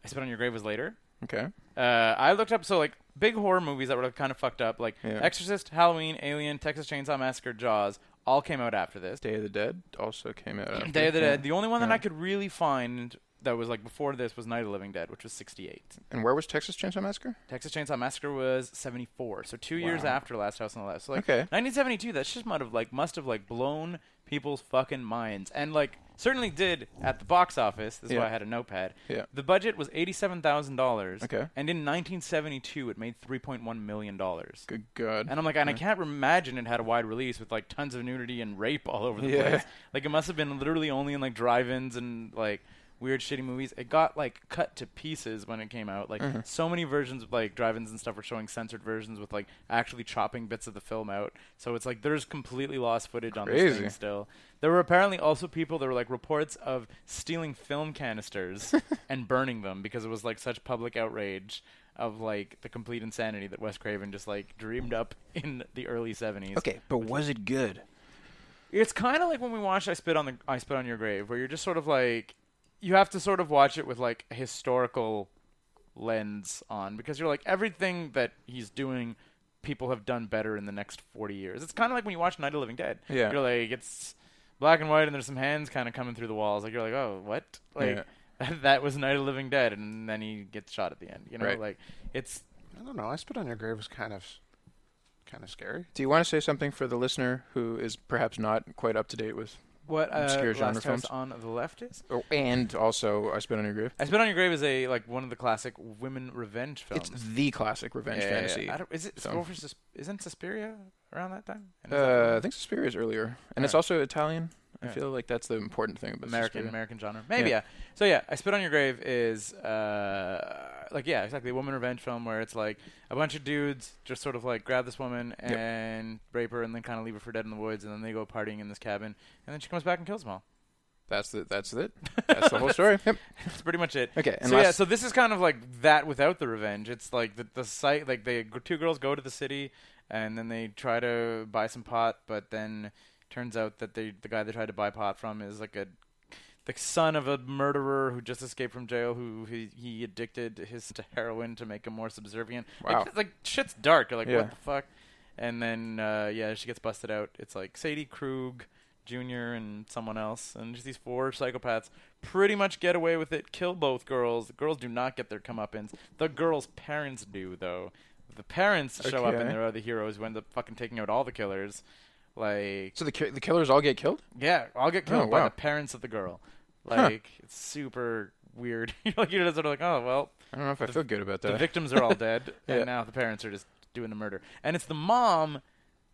D: I Spit on Your Grave was later.
F: Okay.
D: Uh, I looked up so like big horror movies that were kind of fucked up, like
F: Yeah.
D: Exorcist, Halloween, Alien, Texas Chainsaw Massacre, Jaws, all came out after this.
F: Day of the Dead also came out. After.
D: Day of the
F: Yeah.
D: Dead. The only one that
F: Yeah.
D: I could really find that was like before this was Night of the Living Dead, which was '68.
F: And where was Texas Chainsaw Massacre?
D: Texas Chainsaw Massacre was '74, so two years after Last House on the Left. So like
F: Okay.
D: 1972, that shit might have like must have like blown people's fucking minds, and like certainly did at the box office. This is why
F: Yeah.
D: I had a notepad.
F: Yeah.
D: The budget was eighty-seven thousand dollars.
F: Okay.
D: And in 1972, it made 3.1 million dollars.
F: Good God.
D: And I'm like, and I can't imagine it had a wide release with like tons of nudity and rape all over the
F: Yeah.
D: place. Like it must have been literally only in like drive-ins and like weird shitty movies. It got like cut to pieces when it came out. Like so many versions of like drive-ins and stuff were showing censored versions with like actually chopping bits of the film out. So it's like there's completely lost footage on this
F: Crazy.
D: thing still. There were apparently also people there were like reports of stealing film canisters and burning them because it was like such public outrage of like the complete insanity that Wes Craven just like dreamed up in the early 70s.
F: okay, but was it good?
D: It's kind of like when we watched I spit on the I spit on your grave where you're just sort of like you have to sort of watch it with like a historical lens on because you're like everything that he's doing people have done better in the next 40 years. It's kind of like when you watch Night of the Living Dead.
F: Yeah.
D: You're like it's black and white and there's some hands kind of coming through the walls like you're like oh what? Like that was Night of the Living Dead and then he gets shot at the end, you know?
F: Right.
D: Like it's
E: I don't know. I spit on your grave was kind of, kind of scary.
F: Do you want to say something for the listener who is perhaps not quite up to date with,
D: what uh,
F: Obscure
D: Last
F: genre
D: House
F: films?
D: on the left is?
F: oh, and also I Spit on Your Grave?
D: I Spit on Your Grave is a like one of the classic women revenge films.
F: It's the classic revenge
D: Yeah, yeah, yeah.
F: fantasy.
D: I don't, is it
F: film.
D: Sus- isn't Suspiria around that time? And is that
F: Uh, I think Suspiria is earlier, and it's
D: Alright.
F: also Italian. I
D: Yeah.
F: feel like that's the important thing about
D: American
F: Suspiria.
D: American genre? Maybe yeah. So yeah, I Spit on Your Grave is uh like yeah, exactly a woman revenge film where it's like a bunch of dudes just sort of like grab this woman
F: Yep.
D: and rape her and then kind of leave her for dead in the woods and then they go partying in this cabin and then she comes back and kills them all.
F: That's the, that's it. That's the whole story. Yep.
D: That's pretty much it.
F: Okay, and
D: So yeah,
F: last-
D: so this is kind of like that without the revenge. It's like the the site like they two girls go to the city and then they try to buy some pot, but then turns out that they the guy they tried to buy pot from is like a the son of a murderer who just escaped from jail who he, he addicted his to heroin to make him more subservient.
F: Wow.
D: Like, it's like shit's dark. You're like
F: Yeah.
D: what the fuck? And then uh, yeah, she gets busted out. It's like Sadie Krug Jr. and someone else, and just these four psychopaths pretty much get away with it. Kill both girls. The girls do not get their comeuppance. The girls' parents do though. The parents show up and
F: Okay.
D: they're the heroes who end up fucking taking out all the killers. Like
F: So the ki- the killers all get killed.
D: yeah, I'll get killed
F: Oh,
D: by
F: wow.
D: the parents of the girl. Like it's super weird. You're like you're just sort of like, oh well,
F: I don't know if I feel good about
D: the
F: that.
D: victims are all dead,
F: Yeah.
D: and now the parents are just doing the murder. And it's the mom,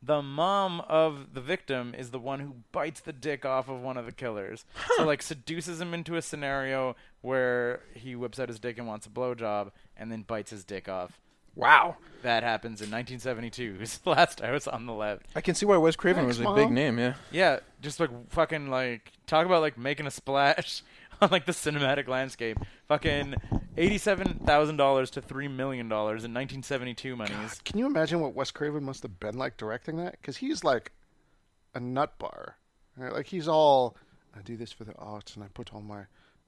D: the mom of the victim is the one who bites the dick off of one of the killers. So like seduces him into a scenario where he whips out his dick and wants a blowjob, and then bites his dick off.
F: wow.
D: That happens in 1972's Last House on the Left.
F: I can see why Wes Craven
E: Thanks,
F: was a big
E: Mom.
F: name. Yeah.
D: Yeah, just like fucking like talk about like making a splash on like the cinematic landscape. Fucking eighty-seven thousand dollars to three million dollars in nineteen seventy-two monies.
E: Can you imagine what Wes Craven must have been like directing that? Because he's like a nut bar. right? Like he's all, I do this for the art and I put all my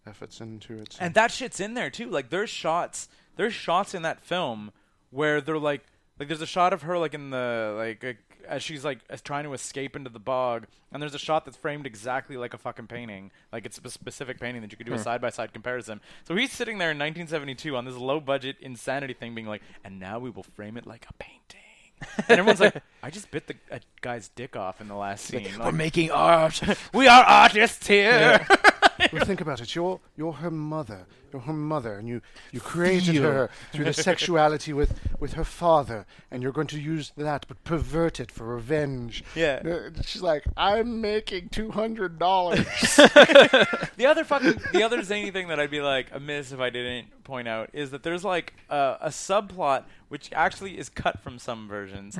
E: efforts into it.
D: And that shit's in there too. Like there's shots, there's shots in that film where they're like, like there's a shot of her like in the like, like as she's like as trying to escape into the bog, and there's a shot that's framed exactly like a fucking painting. Like it's a specific painting that you could do a side by side comparison. So he's sitting there in 1972 on this low budget insanity thing, being like, and now we will frame it like a painting. and everyone's like, I just bit the a guy's dick off in the last scene.
F: We're
D: Like,
F: making art.
D: we are artists here.
E: Well, think about it. You're you're her mother. You're her mother, and you you created
F: Feel.
E: her through the sexuality with with her father, and you're going to use that but pervert it for revenge.
D: Yeah.
E: Uh, She's like, I'm making two hundred dollars.
D: The other fucking the other zany thing that I'd be like amiss if I didn't point out is that there's like a, a subplot which actually is cut from some versions,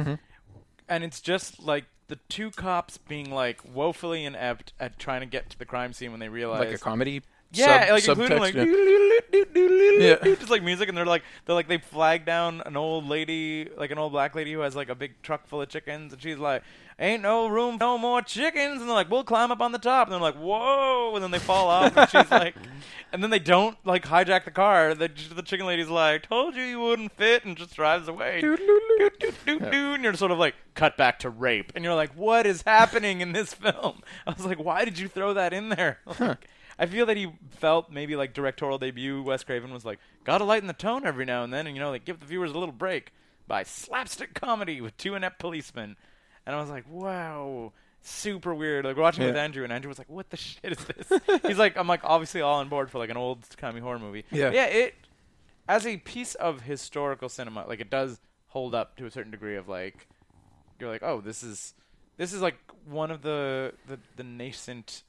D: and it's just like the two cops being like woefully inept at trying to get to the crime scene when they realize
F: like a comedy
D: Yeah,
F: sub-
D: like including
F: subtext,
D: like
F: yeah. Yeah.
D: just like music, and they're like they're like they flag down an old lady, like an old black lady who has like a big truck full of chickens, and she's like, "Ain't no room, for no more chickens," and they're like, "We'll climb up on the top," and they're like, "Whoa!" and then they fall off, and she's like, and then they don't like hijack the car. The, the chicken lady's like, "Told you you wouldn't fit," and just drives away. Doot, doot, doot, doot, And you're sort of like cut back to rape, and you're like, "What is happening in this film?" I was like, "Why did you throw that in there?" Like, I feel that he felt maybe like directorial debut. Wes Craven was like, gotta lighten the tone every now and then, and you know, like give the viewers a little break by slapstick comedy with two inept policemen. And I was like, wow, super weird. Like watching with
F: Yeah.
D: Andrew, and Andrew was like, what the shit is this? He's like, I'm like obviously all on board for like an old comedy horror movie.
F: Yeah.
D: yeah, it as a piece of historical cinema, like it does hold up to a certain degree of like you're like, oh, this is this is like one of the the, the nascent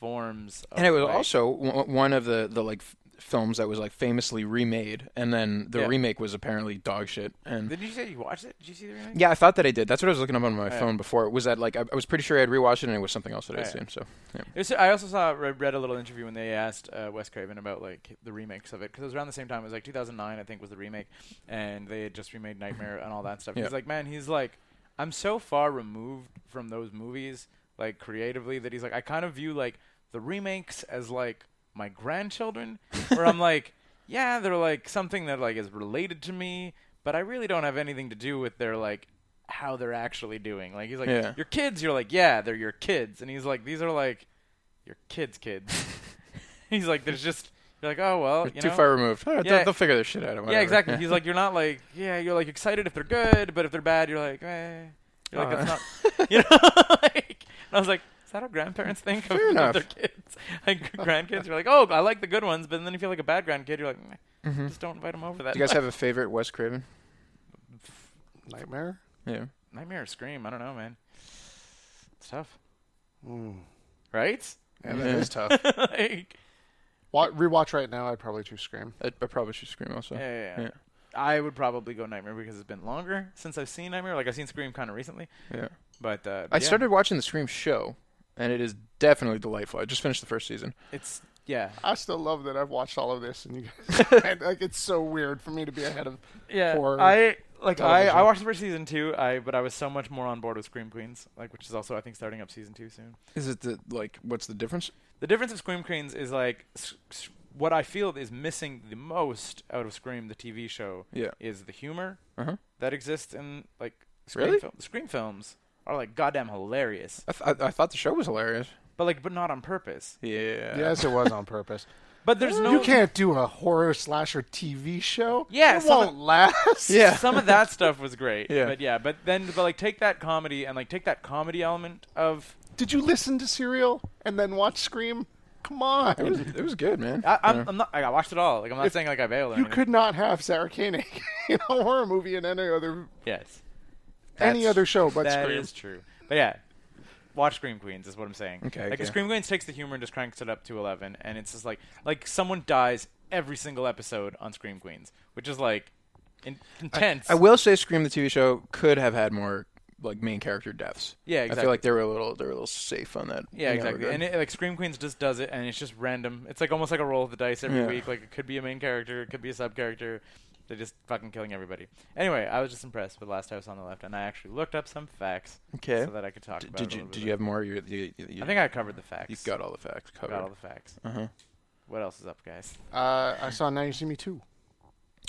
D: forms. Of
F: and it was
D: like-
F: also w- one of the the like f- films that was like famously remade, and then the
D: Yeah.
F: remake was apparently dog shit. And
D: Did you say you watched it? Did you see the remake?
F: yeah, I thought that I did. That's what I was looking up on my phone before. Was that like I, I was pretty sure I had rewatched it, and it was something else that I'd
D: Right.
F: seen. So yeah.
D: It was- I also saw read, read a little interview when they asked uh, Wes Craven about like the remakes of it because it was around the same time. It was like 2009, I think, was the remake, and they had just remade Nightmare and all that stuff.
F: Yeah.
D: He's like, man, he's like, I'm so far removed from those movies, like creatively, that he's like, I kind of view like the remakes as like my grandchildren, where I'm like, yeah, they're like something that like is related to me, but I really don't have anything to do with their like how they're actually doing. Like he's like,
F: Yeah.
D: your kids, you're like, yeah, they're your kids, and he's like, these are like your kids' kids. he's like, there's just you're like, oh well, you
F: too
D: know?
F: far removed. Oh,
D: Yeah.
F: they'll, they'll figure their shit out. whatever.
D: Yeah, exactly. He's like, you're not like, yeah, you're like excited if they're good, but if they're bad, you're like, eh. You're like, that's not, you know. like, and I was like, is that how grandparents think of,
F: Fair
D: of
F: enough.
D: their kids? Like grandkids, you're like, oh, I like the good ones, but then if you like a bad grandkid, you're like, "Meh, just don't invite them over. That
F: Mm-hmm. Do Mm. you guys have a favorite Wes Craven?
E: Nightmare.
F: Yeah.
D: Nightmare or Scream? I don't know, man. It's tough,
E: Mm.
D: right?
E: Yeah, that
F: Yeah.
E: is
D: Mm-hmm.
E: tough.
D: like,
E: Wa rewatch right now. I'd probably choose Scream.
F: I, I probably should scream also.
D: yeah, yeah, yeah.
F: Yeah.
D: I would probably go Nightmare because it's been longer since I've seen Nightmare. Like I've seen Scream kind of recently,
F: Yeah.
D: but uh,
F: I
D: yeah,
F: started watching the Scream show, and it is definitely delightful. I just finished the first season.
D: It's yeah,
E: I still love that I've watched all of this, and you guys, and, like it's so weird for me to be ahead of.
D: yeah.
E: horror
D: I like I, I
E: television.
D: watched the first season two. I but I was so much more on board with Scream Queens, like which is also I think starting up season two soon.
F: Is it the like? What's the difference?
D: The difference of Scream Queens is like s- s- what I feel is missing the most out of Scream the TV show
F: Yeah.
D: is the humor
F: Uh-huh.
D: that exists in like Scream
F: Really?
D: fil- Scream films are like goddamn hilarious,
F: I, th- I, I thought the show was hilarious.
D: but like but not on purpose.
F: Yeah.
E: Yes, it was on purpose.
D: But there's no
E: you can't do a horror slasher TV show.
D: Yeah,
E: it
D: some of-
E: won't last.
F: Yeah.
D: some of that stuff was great.
F: Yeah.
D: But yeah, but then but like take that comedy and like take that comedy element of
E: Did you listen to Serial and then watch Scream? Come on.
F: It was, it was good, man.
D: I, I'm,
F: Yeah.
D: I'm not. Like, I watched it all. Like I'm not saying like I bailed. Or
E: you
D: anything.
E: could not have Sarah Koenig in a horror movie in any other
D: Yes.
E: any other show but
D: That
E: Scream.
D: is true. But yeah, watch Scream Queens is what I'm saying.
F: Okay,
D: Like
F: okay.
D: Scream Queens takes the humor and just cranks it up to eleven, and it's just like like someone dies every single episode on Scream Queens, which is like in- intense.
F: I will say, Scream the TV show could have had more like main character deaths.
D: Yeah,
F: I feel
D: exactly.
F: like they were a little they were a little safe on that.
D: Yeah,
F: in that
D: exactly.
F: regard.
D: And it, like Scream Queens just does it, and it's just random. It's like almost like a roll of the dice every
F: Yeah.
D: week. Like it could be a main character, it could be a sub character. They're just fucking killing everybody. Anyway, I was just impressed with Last House on the Left, and I actually looked up some facts
F: Okay.
D: so that I could talk
F: D-
D: about.
F: did
D: it a
F: you
D: little
F: did
D: bit
F: you have more? You, you, you,
D: I think I covered the facts.
F: you got all the facts covered.
D: got all the facts.
F: Uh-huh.
D: What else is up, guys?
E: Uh, I saw Now You See Me Too.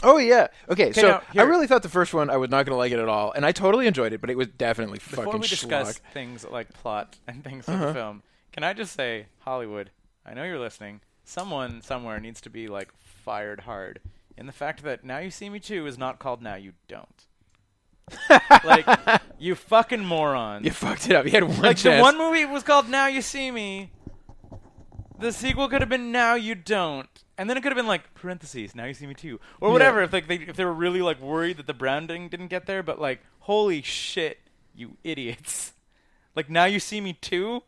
F: Oh yeah. Okay. so
D: now, here-
F: I really thought the first one I was not gonna like it at all, and I totally enjoyed it, but it was definitely
D: Before
F: fucking
D: we discuss
F: schlock. Uh-huh.
D: things like plot and things of the film, can I just say, Hollywood, I know you're listening. Someone somewhere needs to be like fired hard. And the fact that Now You See Me Too is not called Now You Don't. like, you fucking moron.
F: You fucked it up. You had one
D: like, the
F: chance.
D: one movie was called Now You See Me. The sequel could have been Now You Don't. And then it could have been like parentheses, now you see me too. Or whatever, if like they if they were really like worried that the branding didn't get there, but like, holy shit, you idiots. Like now you see me too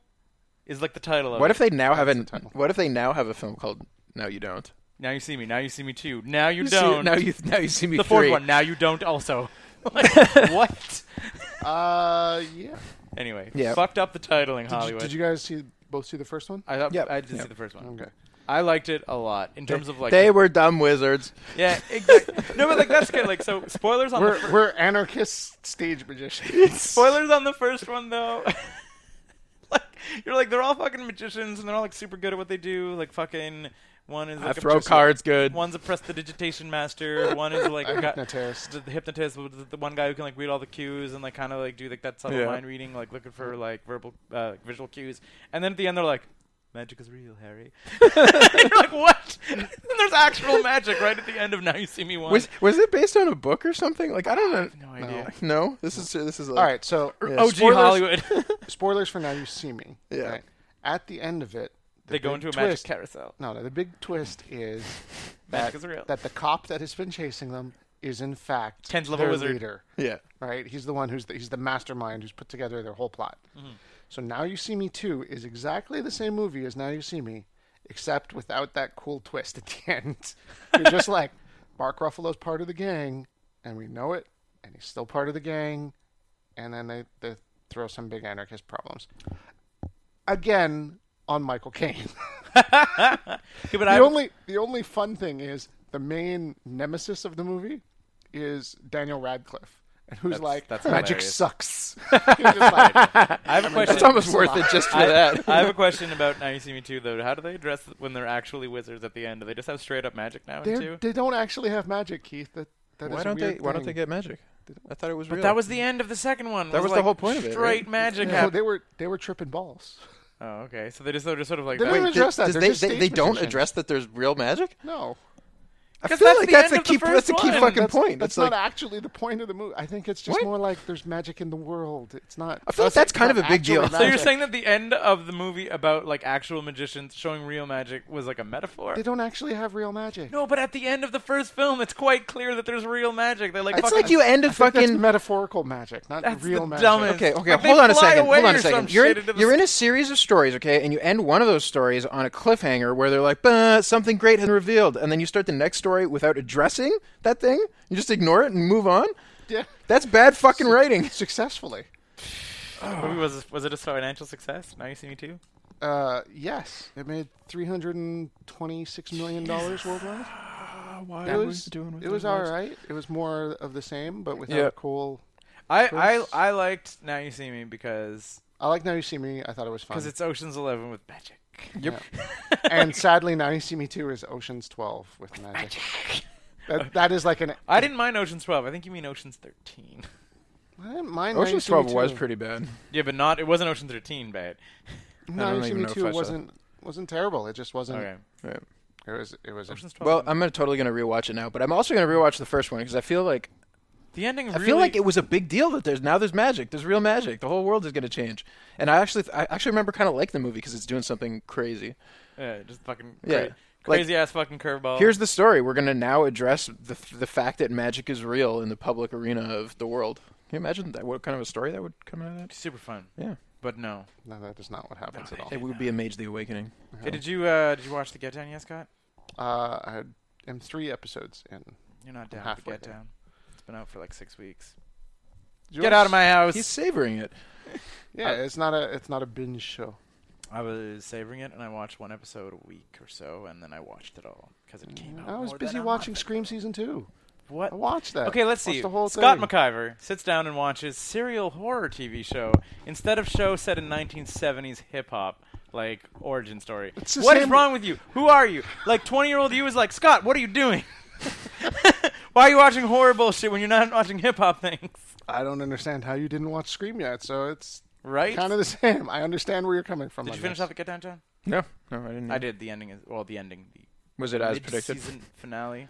D: is like the title of
F: What
D: it.
F: if they now have an? What if they now have a film called No You Don't?
D: now you see me, now you see me too, now you,
F: You see-
D: don't
F: now you now you see me
D: the fourth
F: three.
D: one, now you don't also. like, what?
E: Uh, yeah.
D: Anyway,
F: Yeah.
D: fucked up the titling
E: Did you,
D: Hollywood.
E: did you guys see both see the first one?
D: I, thought
F: Yep.
D: I did see
F: Yep.
D: the first one.
E: Okay.
D: I liked it a lot in terms of like
F: they were dumb wizards.
D: yeah exactly. no but like that's good like so spoilers on the
E: We're
D: fir-
E: we're anarchist stage magicians.
D: spoilers on the first one though. like you're like they're all fucking magicians and they're all like super good at what they do. Like fucking one is like
F: I throw
D: a-
F: cards good.
D: One's a prestidigitation master. One is like a guy-
E: hypnotist.
D: The, the hypnotist, with the, the one guy who can like read all the cues and like kind of like do like that subtle
F: Yeah.
D: mind reading, like looking for like verbal, uh, visual cues. And then at the end, they're like, "Magic is real, Harry." You're like, "What?" And there's actual magic right at the end of "Now You See Me Once."
F: Was was it based on a book or something? Like I don't know.
D: no idea.
F: No, this is this is like,
E: All right, so
D: OG
E: spoilers-
D: Hollywood.
E: Spoilers for now. You see me.
F: Yeah.
E: right? At the end of it, the
D: they go
E: big
D: into a magic
E: twist,
D: carousel.
E: No, no, the big twist is
D: Magic
E: that,
D: is real.
E: that the cop that has been chasing them is in fact
D: Tenth level
E: their
D: wizard.
E: leader.
F: Yeah.
E: Right? He's the one who's the, he's the mastermind who's put together their whole plot. So now you see me two is exactly the same movie as now you see me, except without that cool twist at the end. You're just like Mark Ruffalo's part of the gang, and we know it, and he's still part of the gang, and then they, they throw some big anarchist problems. Again, on Michael Caine.
D: Okay, but
E: the
D: I
E: only the only fun thing is the main nemesis of the movie is Daniel Radcliffe, and who's like
D: that's
E: magic
D: hilarious.
E: sucks. You're just like,
D: I have a question.
F: It's almost worth it just for that.
D: I have a question about Now You See Me Too, though. How do they address it when they're actually wizards at the end? Do they just have straight up magic now in
E: they're-
D: two?
E: they don't actually have magic, Keith. That, that is
F: Why
E: a
F: don't they
E: weird
F: Why don't they
E: thing.
F: get magic? I thought it was.
D: But
F: real.
D: that was the end of the second one.
F: That was the
D: like
F: whole point of it,
D: Straight
F: right?
D: magic.
E: No,
D: hap-
E: they were they were tripping balls.
D: oh, okay. So they just they're just sort of like
E: They
D: that.
E: don't
F: Wait,
E: address
F: did-
E: that.
F: does
E: They're
F: they,
E: just
F: they,
E: stage
F: they don't
E: magicians.
F: address that there's real magic.
E: No,
F: I
D: 'Cause
F: feel
D: that's
F: like
D: the
F: that's
D: end
F: a
D: of the
F: key.
D: first
F: that's a key
D: one.
F: fucking
D: That's-
F: point.
E: that's
F: That's
E: not
F: like
E: actually the point of the movie. I think it's just
F: What?
E: more like there's magic in the world. It's not.
F: I feel like that's kind of a big deal.
E: actually
D: so you're
E: magic.
D: saying that the end of the movie about like actual magicians showing real magic was like a metaphor?
E: they don't actually have real magic.
D: No, but at the end of the first film, it's quite clear that there's real magic. They like
F: it's
D: fucking
F: like you end a
E: I think that's
F: fucking
E: metaphorical magic, not
D: That's
E: real
D: the
E: magic.
D: dumbest.
F: Okay, okay,
D: Like, they
F: hold on a
D: fly
F: second.
D: away
F: Hold on
D: or
F: a
D: some
F: second. You're
D: shit
F: in,
D: into the
F: you're in a series of stories, okay, and you end one of those stories on a cliffhanger where they're like, "Bah, something great has been revealed, and then you start the next story without addressing that thing. You just ignore it and move on.
E: Yeah.
F: That's bad fucking writing.
E: Successfully.
D: movie was was it a financial success? Now you see me too.
E: Uh, yes, it made three hundred and twenty-six million dollars worldwide. It was it was all right. It was more of the same, but without
F: Yeah.
E: cool.
D: I, I I liked Now You See Me because
E: I like Now You See Me. I thought it was fun.
D: because it's Ocean's Eleven with magic.
F: Yep.
E: and sadly, Now You See Me Two is Ocean's Twelve with magic. That, that is like an.
D: I didn't mind Ocean's Twelve. I think you mean Ocean's Thirteen.
E: I didn't mind Now You
F: Ocean's
E: See Me
F: 12 was
E: Too.
F: pretty bad.
D: yeah, but not. It wasn't Ocean's Thirteen, bad.
E: Now
F: don't
E: You See
F: even
E: Me
F: know if
E: Two
F: I saw
E: wasn't wasn't terrible. It just wasn't.
D: Okay.
F: Right.
E: It was it was.
D: Ocean's
F: Um,
D: Twelve.
F: Well, um, I'm gonna, totally going to rewatch it now, but I'm also going to rewatch the first one because I feel like
D: the ending.
F: I feel like it was a big deal that there's now there's magic, there's real magic. The whole world is going to change, and I actually I actually remember kind of like the movie because it's doing something crazy.
D: yeah, just fucking
F: Yeah.
D: cra-
F: Like,
D: crazy ass fucking curveball.
F: Here's the story. We're going to now address the the fact that magic is real in the public arena of the world. Can you imagine that? What kind of a story that would come out of that?
D: super fun.
F: Yeah,
D: But no.
E: no, that is not what happens at all.
F: it would be a Mage the Awakening.
E: Oh.
D: Hey, did you uh, did you watch the Get Down yet, Scott?
E: Uh, I am three episodes in.
D: You're not down for
E: halfway
D: Get
E: there.
D: Down. It's been out for like six weeks.
E: Did you
D: Get
E: watch-
D: out of my house.
F: He's savoring it.
E: Yeah, it's not a it's not a binge show.
D: I was savoring it, and I watched one episode a week or so, and then I watched it all because it came out.
E: Mm, I was
D: more
E: busy
D: than a
E: watching
D: month
E: Scream season two.
D: What?
E: I watched that.
D: Okay, let's
E: Watched
D: see.
E: The whole
D: Scott
E: thing.
D: McIver sits down and watches serial horror TV show instead of show set in 1970s hip hop like origin story. What
E: It's
D: is
E: the same-
D: wrong with you? Who are you? Like 20 year old you is like Scott. What are you doing? Why are you watching horror bullshit when you're not watching hip hop things?
E: I don't understand how you didn't watch Scream yet, so it's
D: Right?
E: kind of the same. I understand where you're coming from.
D: did
E: on
D: you finish
E: this.
D: off the Get Down, John?
F: No, no, I didn't. e-
D: I did. The ending is well, the ending. The
F: Was it as
D: mid-season
F: predicted? Mm-hmm.
D: finale.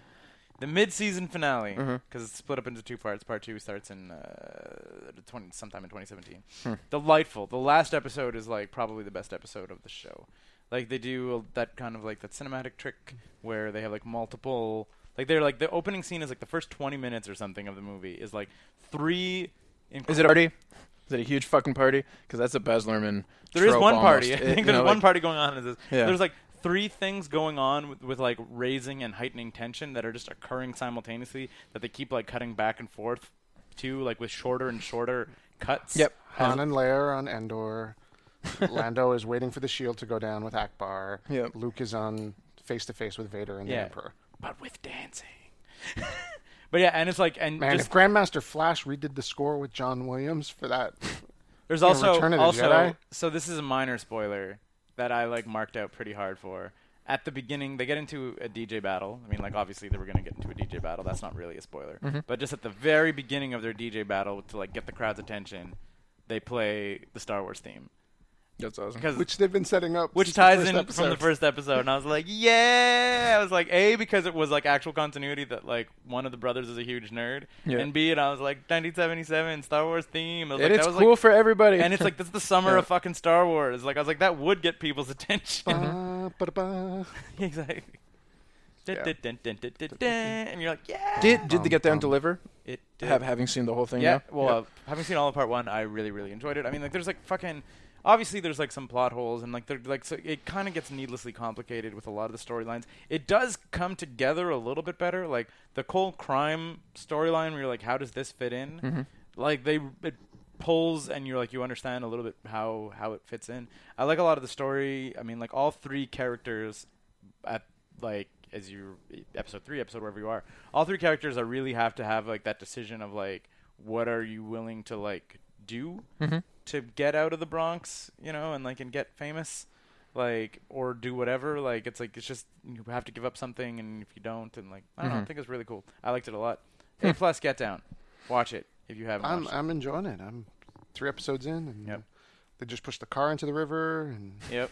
D: The mid-season finale, because it's split up into two parts. Part two starts in uh, the 20, sometime in 2017.
F: Hmm.
D: Delightful. The last episode is like probably the best episode of the show. Like they do that kind of like that cinematic trick where they have like multiple. Like they're like the opening scene is like the first 20 minutes or something of the movie is like three.
F: Is it a party? Is it a huge fucking party? Because that's a Baz Luhrmann.
D: There is
F: trope
D: one
F: almost.
D: party. I
F: It-
D: think
F: you
D: there's
F: know,
D: one
F: like-
D: party going on. In this.
F: Yeah.
D: There's like three things going on with, with like raising and heightening tension that are just occurring simultaneously that they keep like cutting back and forth to like with shorter and shorter cuts.
F: Yep.
E: Han and Leia are on Endor. Lando is waiting for the shield to go down with Akbar.
F: Yep.
E: Luke is on face to face with Vader and
D: Yeah.
E: the Emperor.
D: but with dancing. but yeah, and it's like and
E: Man,
D: just,
E: if Grandmaster Flash redid the score with John Williams for that,
D: there's also
E: Return of the
D: also
E: Jedi?
D: so this is a minor spoiler that I like marked out pretty hard for. At the beginning, they get into a DJ battle. I mean, like obviously they were going to get into a DJ battle. That's not really a spoiler,
E: Mm-hmm.
D: but just at the very beginning of their DJ battle to like get the crowd's attention, they play the Star Wars theme.
F: That's awesome.
D: Because
E: which they've been setting up,
D: which
E: since the
D: ties
E: first
D: in from the
E: episode.
D: first episode and i was like yeah i was like a because it was like actual continuity that like one of the brothers is a huge nerd
F: Yeah.
D: and b and i was like 1977 star wars theme I was
F: And
D: like,
F: it's
D: that was
F: cool
D: like,
F: for everybody.
D: and it's like this is the summer
F: Yeah.
D: of fucking star wars like i was like that would get people's attention
E: Ba, ba, ba.
D: exactly Dun, dun, dun, dun, dun, dun, dun. and you're like yeah
F: did did they get down deliver?
D: it
F: Have, having seen the whole thing
D: Um, yeah,
F: now?
D: well, Uh, having seen all of part one, I really, really enjoyed it. I mean, like, there's like fucking, obviously, there's like some plot holes, and like, they're like, so it kind of gets needlessly complicated with a lot of the storylines. It does come together a little bit better, like the Cole crime storyline. Where you're like, how does this fit in?
F: Mm-hmm.
D: Like they it pulls, and you're like, you understand a little bit how how it fits in. I like a lot of the story. I mean, like all three characters at like as you episode three, episode wherever you are, all three characters I really have to have like that decision of like what are you willing to like do to get out of the Bronx, you know, and like and get famous, like or do whatever. Like it's like it's just you have to give up something, and if you don't, and like I don't know, I think it's really cool. I liked it a lot. A plus, Get Down, watch it if you haven't.
E: I'm
D: watched it.
E: I'm enjoying it. I'm three episodes in, and
D: Yep.
E: they just pushed the car into the river and
D: Yep,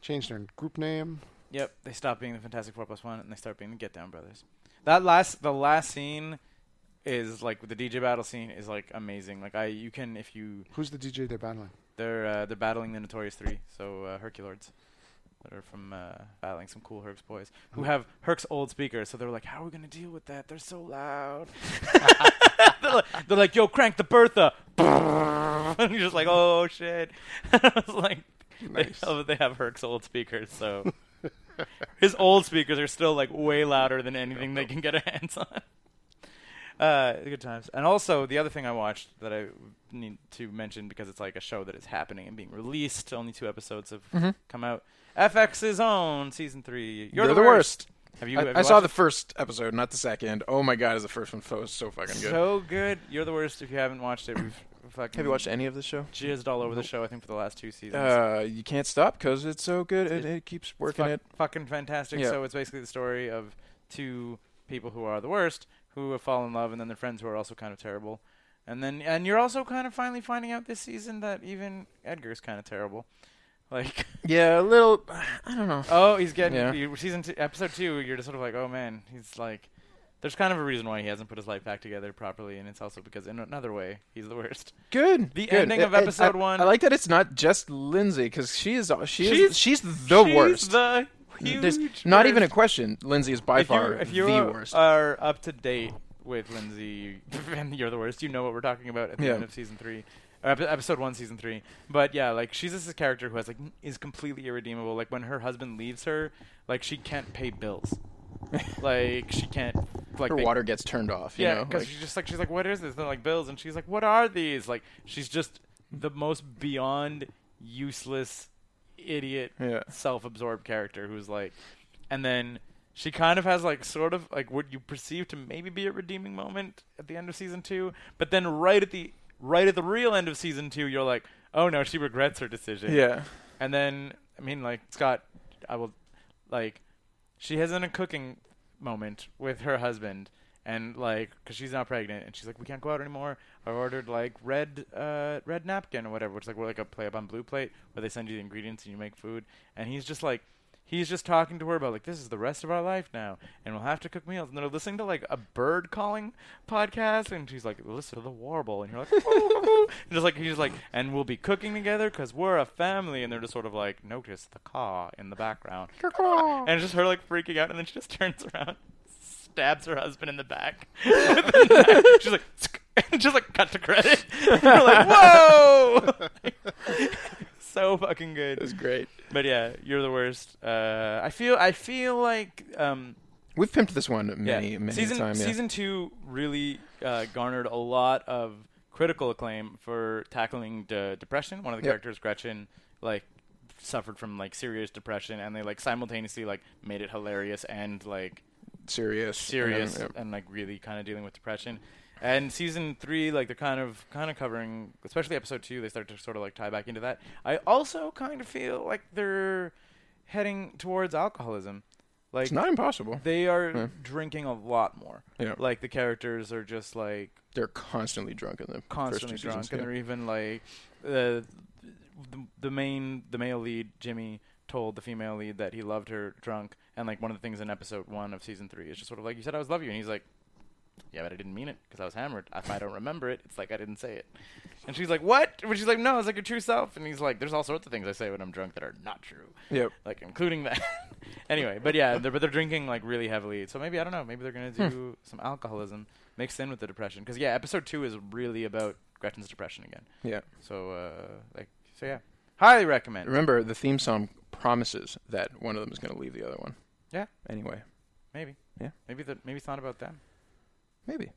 E: changed their group name.
D: yep. They stop being the Fantastic Four plus one, and they start being the Get Down Brothers. That last, the last scene is like the DJ battle scene is like amazing. Like I, you can if you
E: Who's the DJ they're battling?
D: They're uh, they're battling the Notorious Three, so uh, Herculords. that are from uh, battling some cool Herc's boys who have Herc's old speakers. So they're like, "How are we gonna deal with that? They're so loud." they're, like, they're like, "Yo, crank the Bertha," and you're just like, "Oh shit!" I was like,
E: Nice.
D: they, oh, they have Herc's old speakers, so his old speakers are still like way louder than anything they can get their hands on. Uh, good times. And also, the other thing I watched that I need to mention because it's like a show that is happening and being released. Only two episodes have come out. FX's own season three. You're,
F: You're the worst.
D: Have you?
F: I-
D: have you
F: I, saw
D: watched
F: the first episode, not the second. Oh my god, is the first one so, so fucking
D: it?
F: good.
D: So good. You're the worst. If you haven't watched it, we've fucking
F: Have you watched any of the show?
D: jizzed all over the show. I think for the last two seasons.
F: Uh, you can't stop because it's so good. It, it keeps
D: It's
F: working
D: fuck-
F: it.
D: Fucking fantastic.
F: Yeah.
D: So it's basically the story of two people who are the worst who have fallen in love, and then their friends who are also kind of terrible. And then, and you're also kind of finally finding out this season that even Edgar's kind of terrible. Like,
F: Yeah, a little. I don't know.
D: oh, he's getting
F: Yeah.
D: you- season two, episode two. You're just sort of like, oh man, he's like. There's kind of a reason why he hasn't put his life back together properly, and it's also because in another way he's the worst.
F: Good.
D: The
F: good.
D: ending of
F: I- I-
D: episode
F: I-
D: one-
F: I like that it's not just Lindsay because she is she
D: She's-
F: is she's the
D: She's
F: worst.
D: the huge
F: There's not even a
D: worst.
F: question. Lindsay is by
D: if
F: far
D: you if uh, you
F: the
D: are,
F: worst.
D: are up to date with Lindsay and you're the worst, you know what we're talking about at the
F: Yeah.
D: end of season three, or epi- episode one, season three. But yeah, like she's just this character who has like is completely irredeemable. Like when her husband leaves her, like she can't pay bills. like she can't like
F: Her
D: they-
F: water gets turned off. You
D: yeah,
F: know,
D: because
F: like-
D: she's just like she's like, what is this? They're like bills, and she's like, what are these? Like she's just the most beyond useless idiot,
F: Yeah.
D: self-absorbed character who's like, and then she kind of has like sort of like what you perceive to maybe be a redeeming moment at the end of season two, but then right at the right at the real end of season two, you're like, oh no, she regrets her decision.
F: yeah.
D: And then I mean like Scott I will like she has in a cooking moment with her husband and like cuz she's not pregnant and she's like we can't go out anymore. I ordered like red uh red napkin or whatever, which is like we're like a play up on blue plate where they send you the ingredients and you make food and he's just like He's just talking to her about like this is the rest of our life now, and we'll have to cook meals. And they're listening to like a bird calling podcast, and she's like, "Listen to the warble," and you're like, "Oh, And just like he's like, and we'll be cooking together because we're a family. And they're just sort of like, notice the car in the background, and it's just her like freaking out, and then she just turns around, stabs her husband in the back. with a knife. She's like, and just like cut to credit. And you're like, whoa, so fucking good.
F: It's great.
D: But yeah, you're the worst. Uh, I feel I feel like um,
F: We've pimped this one many
D: yeah.
F: many
D: season
F: times. Yeah.
D: season two really uh, garnered a lot of critical acclaim for tackling de- depression. One of the
F: Yep.
D: characters, Gretchen, like suffered from like serious depression, and they like simultaneously like made it hilarious and like
F: serious.
D: serious
F: And, uh, yep.
D: and like really kind of dealing with depression. And season three, like they're kind of kind of covering, especially episode two, they start to sort of like tie back into that. I also kind of feel like they're heading towards alcoholism. Like
F: It's not impossible.
D: they are drinking a lot more.
F: Hmm. Yeah.
D: Like the characters are just like
F: They're constantly drunk in the
D: constantly
F: first two
D: drunk,
F: seasons.
D: and
F: yeah.
D: they're even like uh, the the main the male lead Jimmy told the female lead that he loved her drunk, and like one of the things in episode one of season three is just sort of like you said I was love you, and he's like, yeah, but I didn't mean it because I was hammered. If I don't remember it, it's like I didn't say it. And she's like, what? But she's like, no, it's like your true self. And he's like, there's all sorts of things I say when I'm drunk that are not true.
F: Yep.
D: Like including that. anyway, but yeah, they're, but they're drinking like really heavily. So maybe I don't know. Maybe they're
F: Hmm.
D: gonna do some alcoholism mixed in with the depression. Because yeah, episode two is really about Gretchen's depression again.
F: Yeah.
D: So uh, like so yeah, highly recommend.
F: Remember, the theme song promises that one of them is going to leave the other one.
D: Yeah.
F: Anyway,
D: Maybe.
F: Yeah.
D: Maybe the, maybe it's not about them.
F: maybe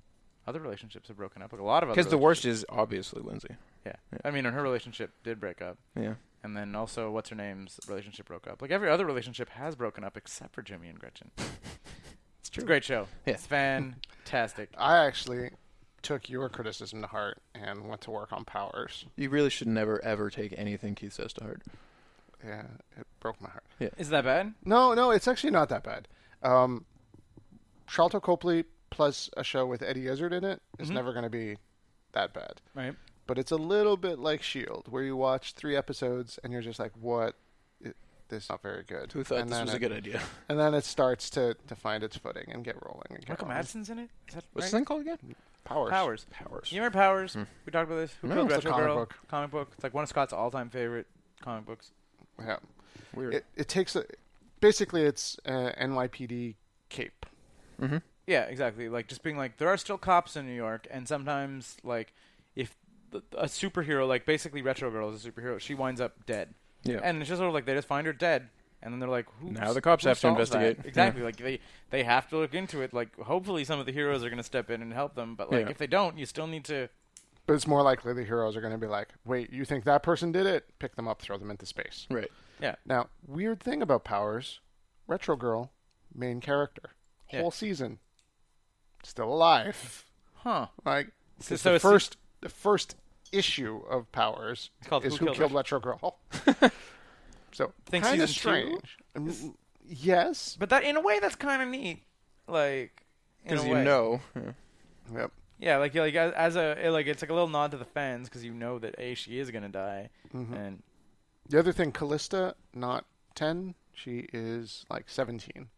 D: Other relationships have broken up. Like a lot of other.
F: because the worst is obviously Lindsay.
D: relationships. Yeah. I mean, and her relationship did break up.
F: Yeah.
D: And then also, what's her name's relationship broke up. Like every other relationship has broken up except for Jimmy and Gretchen. it's true. great show.
F: Yeah.
D: It's fantastic.
E: I actually took your criticism to heart and went to work on powers.
F: You really should never ever take anything Keith says to heart.
E: Yeah, it broke my heart.
D: Is that bad?
E: No, no, it's actually not that bad. Um, Charlton Copley plus a show with Eddie Izzard in it is
D: Mm-hmm.
E: never going to be that bad.
D: Right.
E: But it's a little bit like Shield, E where you watch three episodes and you're just like, "What? It, this is not very good."
F: Who thought
E: and
F: this
E: then
F: was
E: it,
F: a good idea?
E: And then it starts to, to find its footing and get rolling. And get
D: Michael
E: rolling.
D: Madsen's in it. Is that
F: What's the
D: right?
F: thing called again?
E: Powers.
D: Powers.
F: Powers.
D: You remember Powers? We talked about this. Who
F: No,
D: Killed
F: it's a
D: Retro
E: comic
D: Girl?
E: book.
D: Comic book. It's like one of Scott's all-time favorite comic books.
E: Yeah.
F: Weird.
E: It, it takes a, basically it's uh, NYPD cape.
F: Mm-hmm.
D: Yeah, exactly. Like just being like, there are still cops in New York, and sometimes like if th- a superhero, like basically Retro Girl is a superhero, she winds up dead.
F: Yeah.
D: And it's just sort of like they just find her dead, and then they're like, who
F: Now
D: s-
F: the cops
D: who
F: have to
D: solves
F: investigate.
D: that?
F: Yeah.
D: Exactly. Like they they have to look into it. Like hopefully some of the heroes are going to step in and help them, but like
F: Yeah.
D: if they don't, you still need to.
E: But it's more likely the heroes are going to be like, wait, you think that person did it? Pick them up, throw them into space.
F: Right.
D: Yeah.
E: Now, weird thing about Powers, Retro Girl, main character,
D: Yeah.
E: whole season, still alive.
D: Huh.
E: Like, so,
D: So- so
E: the
D: it's-
E: first the first issue of Powers
D: It's called
E: is Who,
D: Who Killed
E: Killed, Retro Girl. so
D: Think
E: kind
D: season
E: of
D: two?
E: strange. Um, yes.
D: But that in a way that's kind of neat. Like in
F: Because
D: a
F: you
D: way.
F: know. yeah.
E: Yep.
D: Yeah, like like as, as a like it's like a little nod to the fans because you know that a she is gonna die,
E: Mm-hmm.
D: and
E: The other thing, Callista, not ten. She is like seventeen,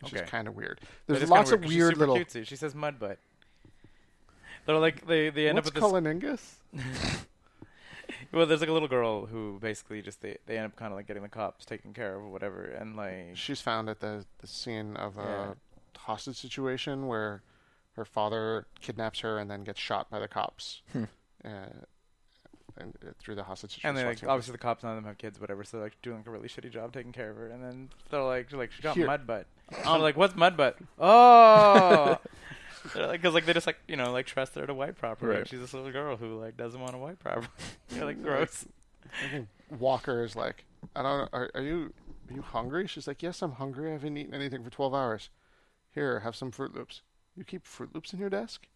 E: which
D: Okay.
E: is kind of weird.
D: That
E: There's
D: is kinda
E: lots of
D: 'cause she's
E: weird
D: super
E: little.
D: Cutesy. She says mud butt. They're like they they end
E: What's
D: up with this.
E: coloningus?
D: Well, there's like a little girl who basically just they, they end up kind of like getting the cops taken care of or whatever, and like
E: She's found at the, the scene of a
D: Yeah.
E: hostage situation where her father kidnaps her and then gets shot by the cops uh, and, uh, through the hostage situation.
D: Hmm. and they like obviously the cops none of them have kids whatever, so they're like doing like a really shitty job taking care of her, and then they're like they're like she got
E: Here.
D: mud butt. I'm like what's mud butt? Oh. Because like, 'cause, like they just like you know like trust her to wipe properly. and
F: Right.
D: She's this little girl who like doesn't want to wipe properly. You're like gross.
E: Walker is like, I don't know, are, are you are you hungry? She's like, yes, I'm hungry. I haven't eaten anything for 12 hours. Here, have some Fruit Loops. You keep Fruit Loops in your desk?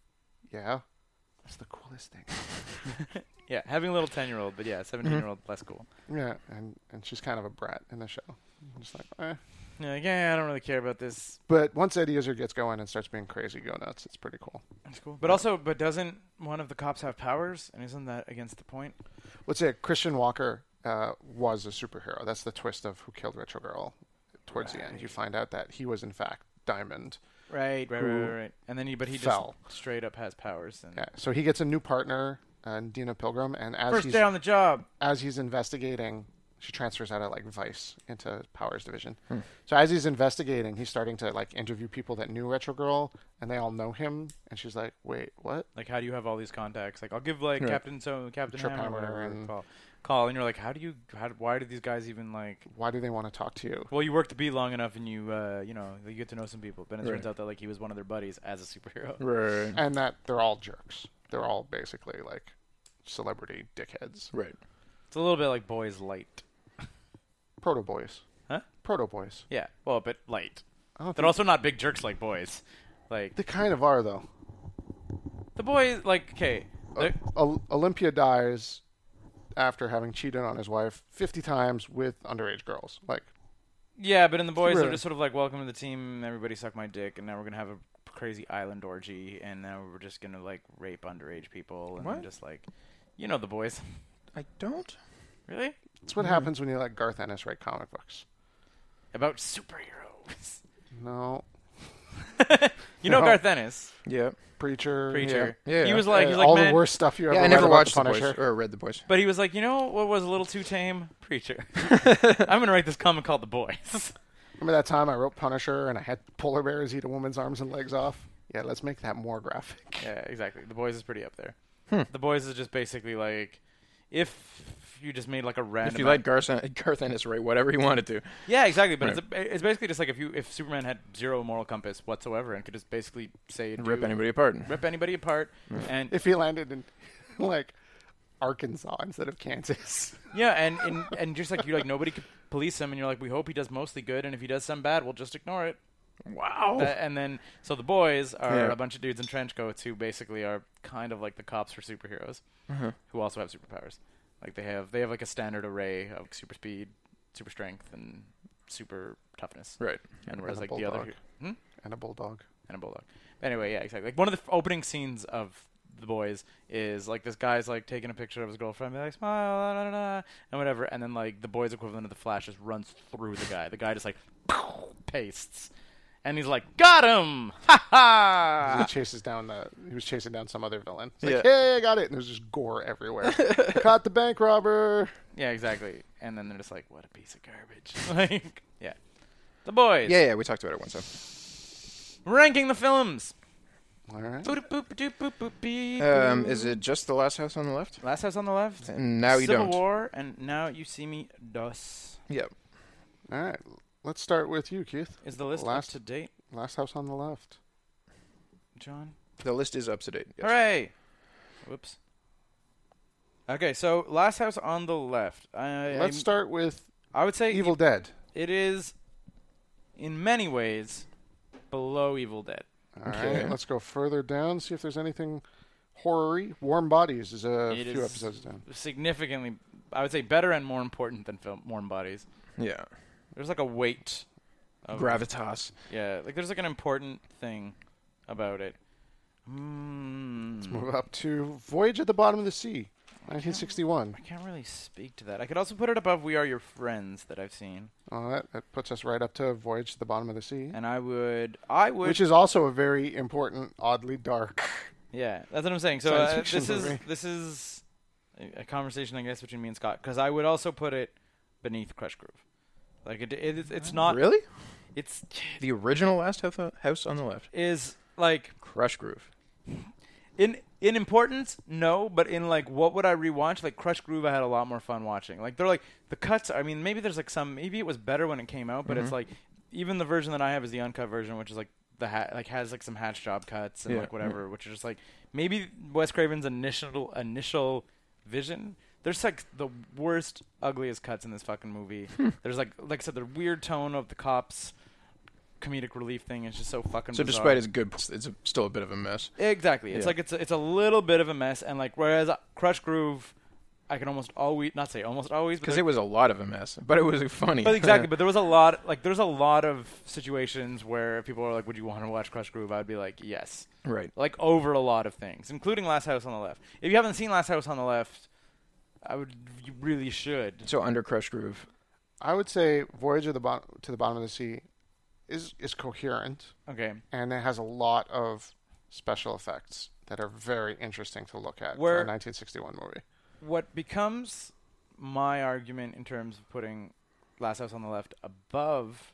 E: Yeah. That's the coolest thing.
D: Yeah, having a little ten year old, but yeah, seventeen year old less cool.
E: yeah, and, and she's kind of a brat in the show. I'm just like, eh.
D: Yeah, like, yeah, I don't really care about this.
E: But once Eddie Izzard gets going and starts being crazy, go nuts. It's pretty cool.
D: It's cool. But also, but doesn't one of the cops have powers? And isn't that against the point?
E: Let's say Christian Walker uh, was a superhero. That's the twist of Who Killed Retro Girl. Towards the end, you find out that he was in fact Diamond.
D: Right, right, right,
E: Who
D: right, right. And then he, but he
E: fell.
D: just straight up has powers. And
E: Yeah, so he gets a new partner, uh, Dina Pilgrim, and as
D: first
E: he's
D: day on the job.
E: as he's investigating, she transfers out of like Vice into Powers Division. So as he's investigating, he's starting to like interview people that knew Retro Girl, and they all know him. And she's like, "Wait, what?"
D: Like, how do you have all these contacts? Like, I'll give like
F: Right.
D: Captain so Captain
E: Trip
D: Hammer,
E: Hammer
D: whatever
E: and-
D: they call call, and you're like, how do you? How, why do these guys even like?
E: Why do they want to talk to you?
D: Well, you work to be long enough, and you, uh, you know, you get to know some people. But it turns
F: Right.
D: out that like he was one of their buddies as a superhero.
F: Right.
E: and that they're all jerks. They're all basically like celebrity dickheads.
F: Right.
D: It's a little bit like Boys Light.
E: Proto boys.
D: Huh?
E: Proto boys.
D: Yeah. Well, but light.
E: I don't
D: They're
E: think
D: also not big jerks like boys. Like
E: they kind of are though.
D: the boys, like okay,
F: Uh,
D: they're-
E: O- Olympia dies after having cheated on his wife 50 times with underage girls. Like,
D: yeah, but in the boys, they're
E: Really?
D: just sort of like, welcome to the team, everybody suck my dick, and now we're gonna have a crazy island orgy, and now we're just gonna like rape underage people, and
F: What?
D: just like, you know, the boys.
F: I don't.
D: really?
E: it's
D: Mm-hmm.
E: what happens when you let Garth Ennis write comic books.
D: About superheroes.
E: No.
D: you know
E: No.
D: Garth Ennis,
F: Yeah.
E: Preacher.
D: preacher.
F: Yeah, yeah,
D: he was
E: yeah.
D: like,
E: Uh,
D: he's like,
E: all
D: man,
E: the worst stuff you ever
F: Yeah, I
E: read
F: never
E: about
F: watched
E: the
F: the boys
E: Punisher.
F: or read the boys.
D: But he was like, you know what was a little too tame? Preacher. I'm gonna write this comic called The Boys.
E: Remember that time I wrote Punisher and I had polar bears eat a woman's arms and legs off? Yeah, let's make that more graphic.
D: yeah, exactly. The Boys is pretty up there. The Boys is just basically like if you just made like a random.
F: If you let Garth, Garth Ennis write whatever he wanted to,
D: yeah, exactly. But
F: Right.
D: it's, a, it's basically just like if you if Superman had zero moral compass whatsoever and could just basically say
F: rip
D: do-
F: anybody apart.
D: rip anybody apart, and
E: If he landed in, like, Arkansas instead of Kansas.
D: yeah, and, and and just like you like nobody could police him, and you're like, we hope he does mostly good, and if he does some bad, we'll just ignore it.
F: Wow.
D: Tha- and then so the boys are
F: Yeah.
D: a bunch of dudes in trench coats who basically are kind of like the cops for superheroes, who also have superpowers. Like they have they have like a standard array of super speed, super strength, and super toughness.
F: Right.
D: And whereas
E: a
D: like the other
E: bulldog.
D: hmm?
E: And a bulldog.
D: and a bulldog. Anyway, yeah, exactly. Like one of the f- opening scenes of the boys is like this guy's like taking a picture of his girlfriend, be like smile, da, da, da, da, and whatever, and then like the boys equivalent of the Flash just runs through the guy. The guy just like pastes, and he's like, "Got him! Ha
E: he
D: ha!"
E: chases down the he was chasing down some other villain. It's like,
F: Yeah.
E: hey, I got it. And there's just gore everywhere. I caught the bank robber.
D: Yeah, exactly. And then they're just like, "What a piece of garbage!" like, yeah, the boys.
F: Yeah, yeah, we talked about it once. So.
D: ranking the films.
E: All right.
D: Boop, boop, doop, boop, boop, beep,
F: Um,
D: boop.
F: is it just the last house on the left?
D: Last House on the Left?
F: And now you
D: Civil
F: don't.
D: War, and now you see me. Dos
F: Yep.
E: All right. Let's start with you, Keith.
D: is the list
E: Last-
D: up to date,
E: Last house on the left.
D: John.
F: The list is up to date. Yes.
D: Hooray! Whoops. Okay, so Last House on the Left. I,
E: Let's
D: I,
E: start with
D: I would say
E: Evil Dead.
D: it is, in many ways, below Evil Dead.
E: All right.
F: Okay.
E: Let's go further down. See if there's anything horror-y. Warm Bodies is a
D: It
E: few
D: is-
E: episodes down.
D: Significantly, I would say better and more important than film Warm Bodies.
F: Yeah.
D: There's like a weight. Of,
F: Gravitas.
D: Yeah, like there's like an important thing about it. Mm.
E: Move up to Voyage at the Bottom of the Sea, 1961.
D: I can't really speak to that. I could also put it above We Are Your Friends that I've seen.
E: Oh, that, that puts us right up to Voyage to the Bottom of the Sea,
D: And I would I would
E: which is also a very important, oddly dark.
D: Yeah, that's what I'm saying. So
E: Science
D: uh,
E: fiction
D: this is
E: movie.
D: this is a, a conversation I guess between me and Scott cuz I would also put it beneath Crush Groove. Like it, it is- it's not
F: Really?
D: it's
F: The original last Hou- house on the left.
D: is like
F: Crush Groove.
D: in in importance, no, but in like what would I rewatch? Like Crush Groove, I had a lot more fun watching. Like they're like the cuts. I mean, maybe there's like some. Maybe it was better when it came out, but it's
F: Mm-hmm.
D: like even the version that I have is the uncut version, which is like the hat like has like some hatch job cuts and
F: Yeah,
D: like whatever, which are just like maybe Wes Craven's initial initial vision. There's like the worst, ugliest cuts in this fucking movie. there's like like I said, the weird tone of the cops. Comedic relief thing is just so fucking.
F: So
D: bizarre.
F: despite its good, it's still a bit of a mess.
D: Exactly. It's
F: Yeah.
D: like it's a, it's a little bit of a mess, and like whereas Crush Groove, I can almost always not say almost always
F: Because
D: because
F: it was a lot of a mess, but it was funny.
D: But exactly, but there was a lot like there's a lot of situations where people are like, "Would you want to watch Crush Groove?" I'd be like, "Yes."
F: right.
D: Like over a lot of things, including Last House on the Left. If you haven't seen Last House on the Left, I would you really should.
F: So under Crush Groove.
E: I would say Voyage of the Bo- to the Bottom of the Sea is is coherent
D: Okay.
E: and it has a lot of special effects that are very interesting to look at
D: Where-
E: for a 1961 movie.
D: what becomes my argument in terms of putting Last House on the Left above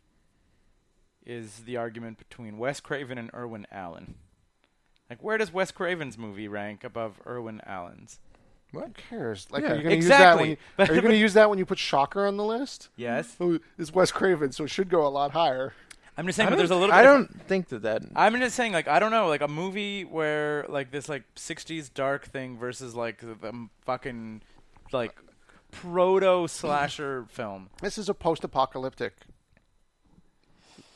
D: is the argument between Wes Craven and Irwin Allen. Like, where does Wes Craven's movie rank above Irwin Allen's?
E: Who cares? Like,
F: Yeah.
E: are you going to
D: Exactly.
E: use that? When you, are you going to use that when you put Shocker on the list?
D: Yes,
E: Who is Wes Craven? So it should go a lot higher.
D: I'm just saying.
F: I
D: but
F: don't,
D: there's a little.
F: I
D: bit of-
F: don't think that that.
D: I'm just saying, like, I don't know, like a movie where like this like '60s dark thing versus like the, the fucking like proto slasher film.
E: This is a post-apocalyptic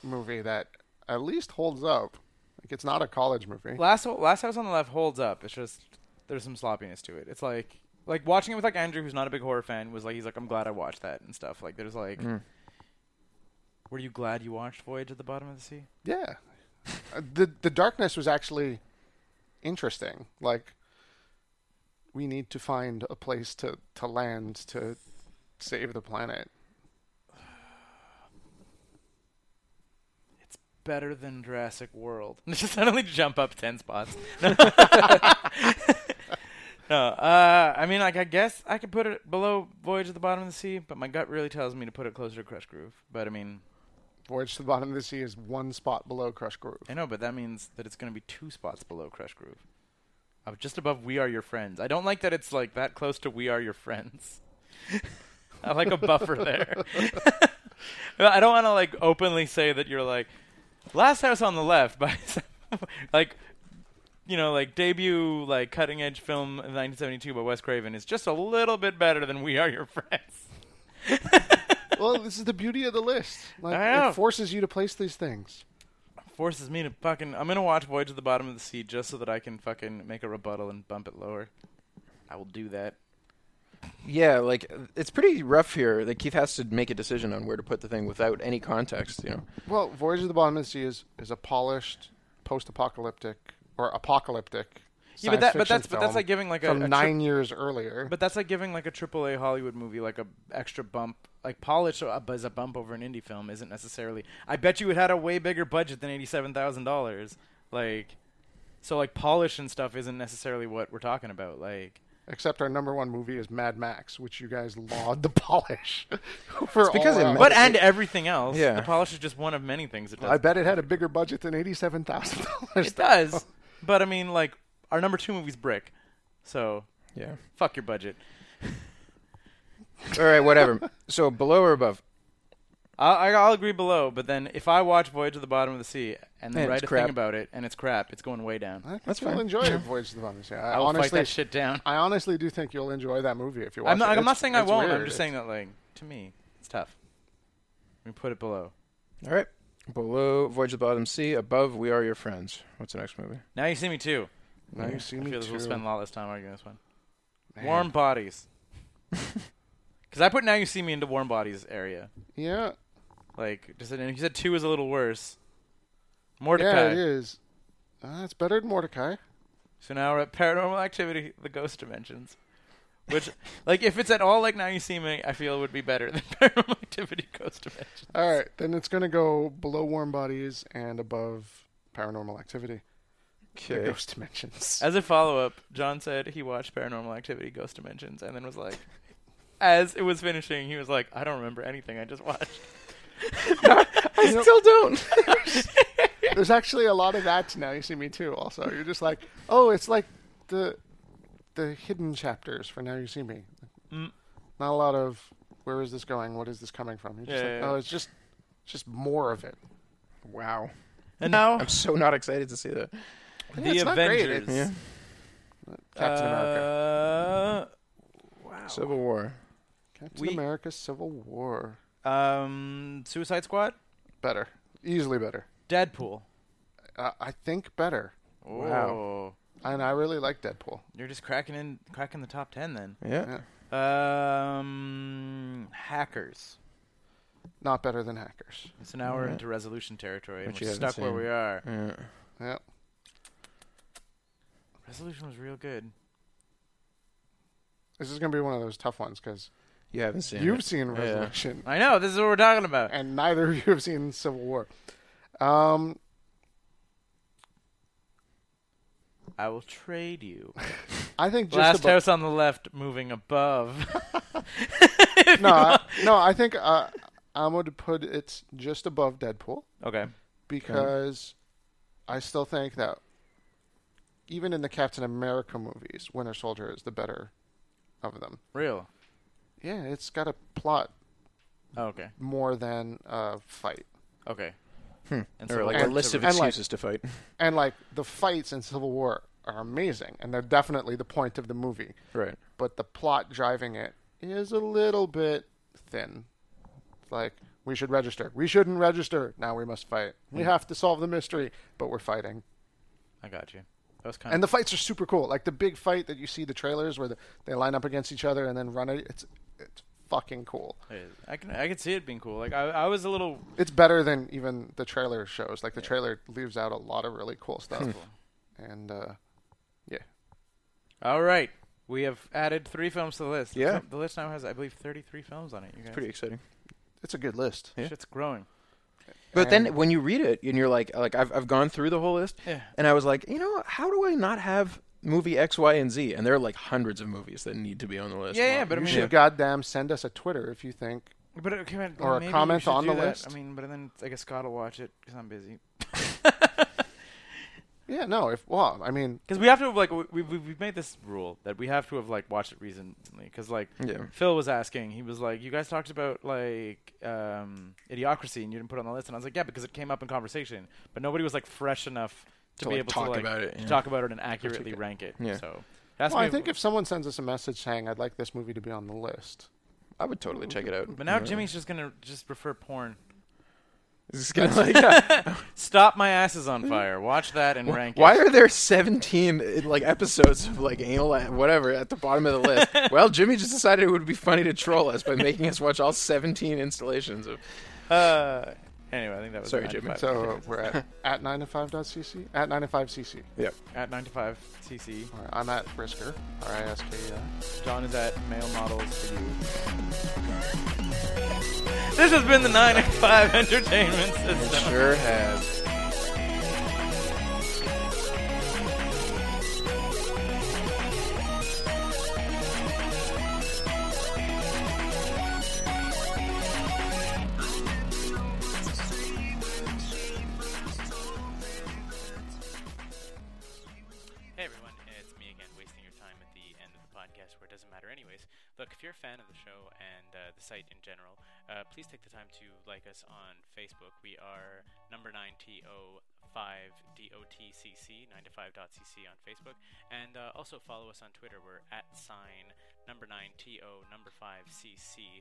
E: movie that at least holds up. Like it's not a college movie.
D: Last Last House on the Left holds up. It's just there's some sloppiness to it. It's like like watching it with like Andrew, who's not a big horror fan, was like he's like I'm glad I watched that and stuff. Like there's like, were you glad you watched Voyage at the Bottom of the Sea?
E: Yeah. Uh, the the darkness was actually interesting. Like we need to find a place to, to land to save the planet.
D: It's better than Jurassic World. Just suddenly jump up ten spots. no, uh, I mean like I guess I could put it below Voyage at the Bottom of the Sea, but my gut really tells me to put it closer to Crush Groove. But I mean,
E: Voyage to the bottom of the sea is one spot below Crush Groove.
D: I know, but that means that it's going to be two spots below Crush Groove. Uh, just above We Are Your Friends. I don't like that it's like that close to We Are Your Friends. I like a buffer there. I don't want to like openly say that you're like Last House on the Left by some- like you know like debut like cutting edge film of 1972 by Wes Craven is just a little bit better than We Are Your Friends.
E: well, this is the beauty of the list. Like
D: I know.
E: it forces you to place these things.
D: Forces me to fucking I'm gonna watch Voyage to the Bottom of the Sea just so that I can fucking make a rebuttal and bump it lower. I will do that.
F: Yeah, like it's pretty rough here. Like Keith has to make a decision on where to put the thing without any context. You know,
E: Well, Voyage to the bottom of the sea is, is a polished post-apocalyptic or apocalyptic.
D: Yeah,
E: science
D: but that- but
E: fiction
D: that's- but that's
E: film
D: like giving, like, a-
E: from
D: a trip-
E: nine years earlier.
D: But that's like giving like a AAA Hollywood movie like a extra bump, like polish up as a bump over an indie film isn't necessarily. I bet you it had a way bigger budget than eighty seven thousand dollars. Like, so like polish and stuff isn't necessarily what we're talking about. Like,
E: Except our number one movie is Mad Max, which you guys laud the polish for
F: because
E: all
F: it
E: out.
D: but and everything else,
F: Yeah.
D: the polish is just one of many things it does.
E: I bet it had a bigger budget than eighty-seven thousand dollars.
D: it does, but I mean, like our number two movie's Brick, so
F: yeah.
D: fuck your budget.
F: All right, whatever. so below or above?
D: I'll, I- I'll agree below, but then if I watch Voyage to the Bottom of the Sea and then
F: And
D: write
F: it's
D: a
F: crap.
D: thing about it and it's crap, it's going way down.
E: That's you'll
F: fine.
E: enjoy it, Voyage to the Bottom of the Sea. I,
D: I will
E: honestly,
D: fight that shit down.
E: I honestly do think you'll enjoy that movie if you watch
D: I'm not,
E: it.
D: I'm not
E: It's-
D: saying I
E: it's
D: won't. I'm
E: weird.
D: just saying that, like, to me, it's tough. We put it below.
F: All right, below Voyage of the Bottom Sea. Above We Are Your Friends. What's the next movie?
D: Now you see me too.
E: Now you see
D: I
E: me
D: feel this
E: too.
D: we'll spend a lot less time arguing this one.
E: Man.
D: Warm bodies. Because I put now you see me into warm bodies area.
E: Yeah,
D: Like, just and he said two is a little worse.
E: yeah,
D: Mordecai.
E: it is. Uh, it's better than Mordecai.
D: So now we're at Paranormal Activity, the Ghost Dimensions. Which, like, if it's at all like Now You See Me, I feel would be better than Paranormal Activity, Ghost Dimensions.
E: All right, then it's gonna go below Warm Bodies and above Paranormal Activity. The
F: Okay.
E: Ghost Dimensions.
D: As a follow up, John said he watched Paranormal Activity Ghost Dimensions and then was like, as it was finishing, he was like, I don't remember anything I just watched.
F: I still don't.
E: There's actually a lot of that to now. You see me too. Also, you're just like, oh, it's like the the hidden chapters for now. You see me.
D: Mm.
E: Not a lot of where is this going? What is this coming from? You're just
D: Yeah,
E: like,
D: yeah,
E: oh,
D: yeah.
E: it's just just more of it.
F: wow,
D: And now,
F: I'm so not excited to see that.
D: The
E: it's not great.
D: Avengers.
E: It's Captain
D: Uh,
E: America.
D: Wow.
F: Civil War.
E: Captain
D: we-
E: America: Civil War.
D: um, Suicide Squad?
E: Better, easily better.
D: Deadpool.
E: Uh, I think better.
D: Wow.
E: And I really like Deadpool.
D: You're just cracking in, cracking the top 10 then.
F: Yeah.
E: Yeah.
D: Um, hackers.
E: Not better than Hackers.
D: So now we're into resolution territory, and
F: Which
D: we're
F: you haven't
D: stuck where
F: seen.
D: we are.
F: Yeah.
E: Yeah.
D: Resolution was real good.
E: This is gonna be one of those tough ones because
F: You haven't seen.
E: you've
F: it.
E: seen
F: Yeah.
E: Resolution.
D: I know this is what we're talking about.
E: and neither of you have seen Civil War. Um,
D: I will trade you.
E: I think just
D: Last
E: above,
D: house on the left, moving above.
E: no, I, no. I think uh, I'm going to put it just above Deadpool
D: okay.
E: because I still think that even in the Captain America movies, Winter Soldier is the better of them.
D: Real.
E: Yeah, it's got a plot
D: Oh, okay.
E: more than a fight,
D: Okay. And
F: Or like
D: we're
F: a
E: And-
F: Hmm. list of
E: and, like-
F: excuses to fight.
E: and like the fights in Civil War are amazing, and they're definitely the point of the movie.
F: Right.
E: but the plot driving it is a little bit thin. It's like we should register. We shouldn't register. Now we must fight. We have to solve the mystery, but we're fighting.
D: I got you. That was kind
E: And
D: of
E: the fights are super cool. Like the big fight that you see the trailers where the, they line up against each other and then run it. It's it's fucking cool.
D: I can I can see it being cool. Like I, I was a little
E: It's better than even the trailer shows. Like the trailer leaves out a lot of really cool stuff. And uh, yeah,
D: All right. We have added three films to the list.
C: Yeah.
D: The list now has I believe 33 films on it. You guys.
F: Pretty exciting.
E: it's a good list.
D: Shit's growing.
C: But then when you read it and you're like, like I've, I've gone through the whole list,
D: Yeah.
C: and I was like, you know, how do I not have movie X, Y, and Z? And there are like hundreds of movies that need to be on the list.
D: Yeah, yeah, but I
E: You
D: mean
E: should goddamn send us a Twitter if you think.
D: But okay, man,
E: Or a
D: maybe
E: comment
D: we should
E: on
D: do
E: the
D: that.
E: list.
D: I mean, but then I guess Scott will watch it because I'm busy.
E: Yeah, no. If well, I mean,
D: Because we have to have, like we, we we've made this rule that we have to have like watched it recently. Because like
F: Yeah.
D: Phil was asking, he was like, "You guys talked about like um, idiocracy and you didn't put it on the list," and I was like, "Yeah, because it came up in conversation, but nobody was like fresh enough
F: To,
D: to, be
F: like,
D: able
F: talk
D: to like
F: about it,
D: to
F: yeah.
D: talk about it and accurately rank it."
F: Yeah.
D: So that's
E: well, I
D: maybe-
E: think if someone sends us a message saying I'd like this movie to be on the list,
F: I would totally check it out.
D: But now Jimmy's just gonna just prefer porn.
F: Is this gonna, like, yeah.
D: Stop my ass is on fire. Watch that and rank
F: Why
D: it.
F: are there 17 like episodes of like anal uh, whatever at the bottom of the list? well, Jimmy just decided it would be funny to troll us by making us watch all 17 installations of
D: Uh, anyway, I think that was
F: Sorry,
D: nine to
F: Jimmy.
D: five.
E: so we're at at nine to five dot cc at nine to five cc.
D: at nine to five CC.
E: All right, I'm at Brisker. R I S K E R.
D: John is at male models. This has been the 905 Entertainment System.
F: sure has
B: Hey everyone, it's me again, wasting your time at the end of the podcast where it doesn't matter anyways. Look, if you're a fan of the show and uh, the site in general, uh, please take the time to like us on Facebook. We are number 9TO5DOTCC, 9to5.cc on Facebook. And uh, also follow us on Twitter. We're at sign number 9TO number 5CC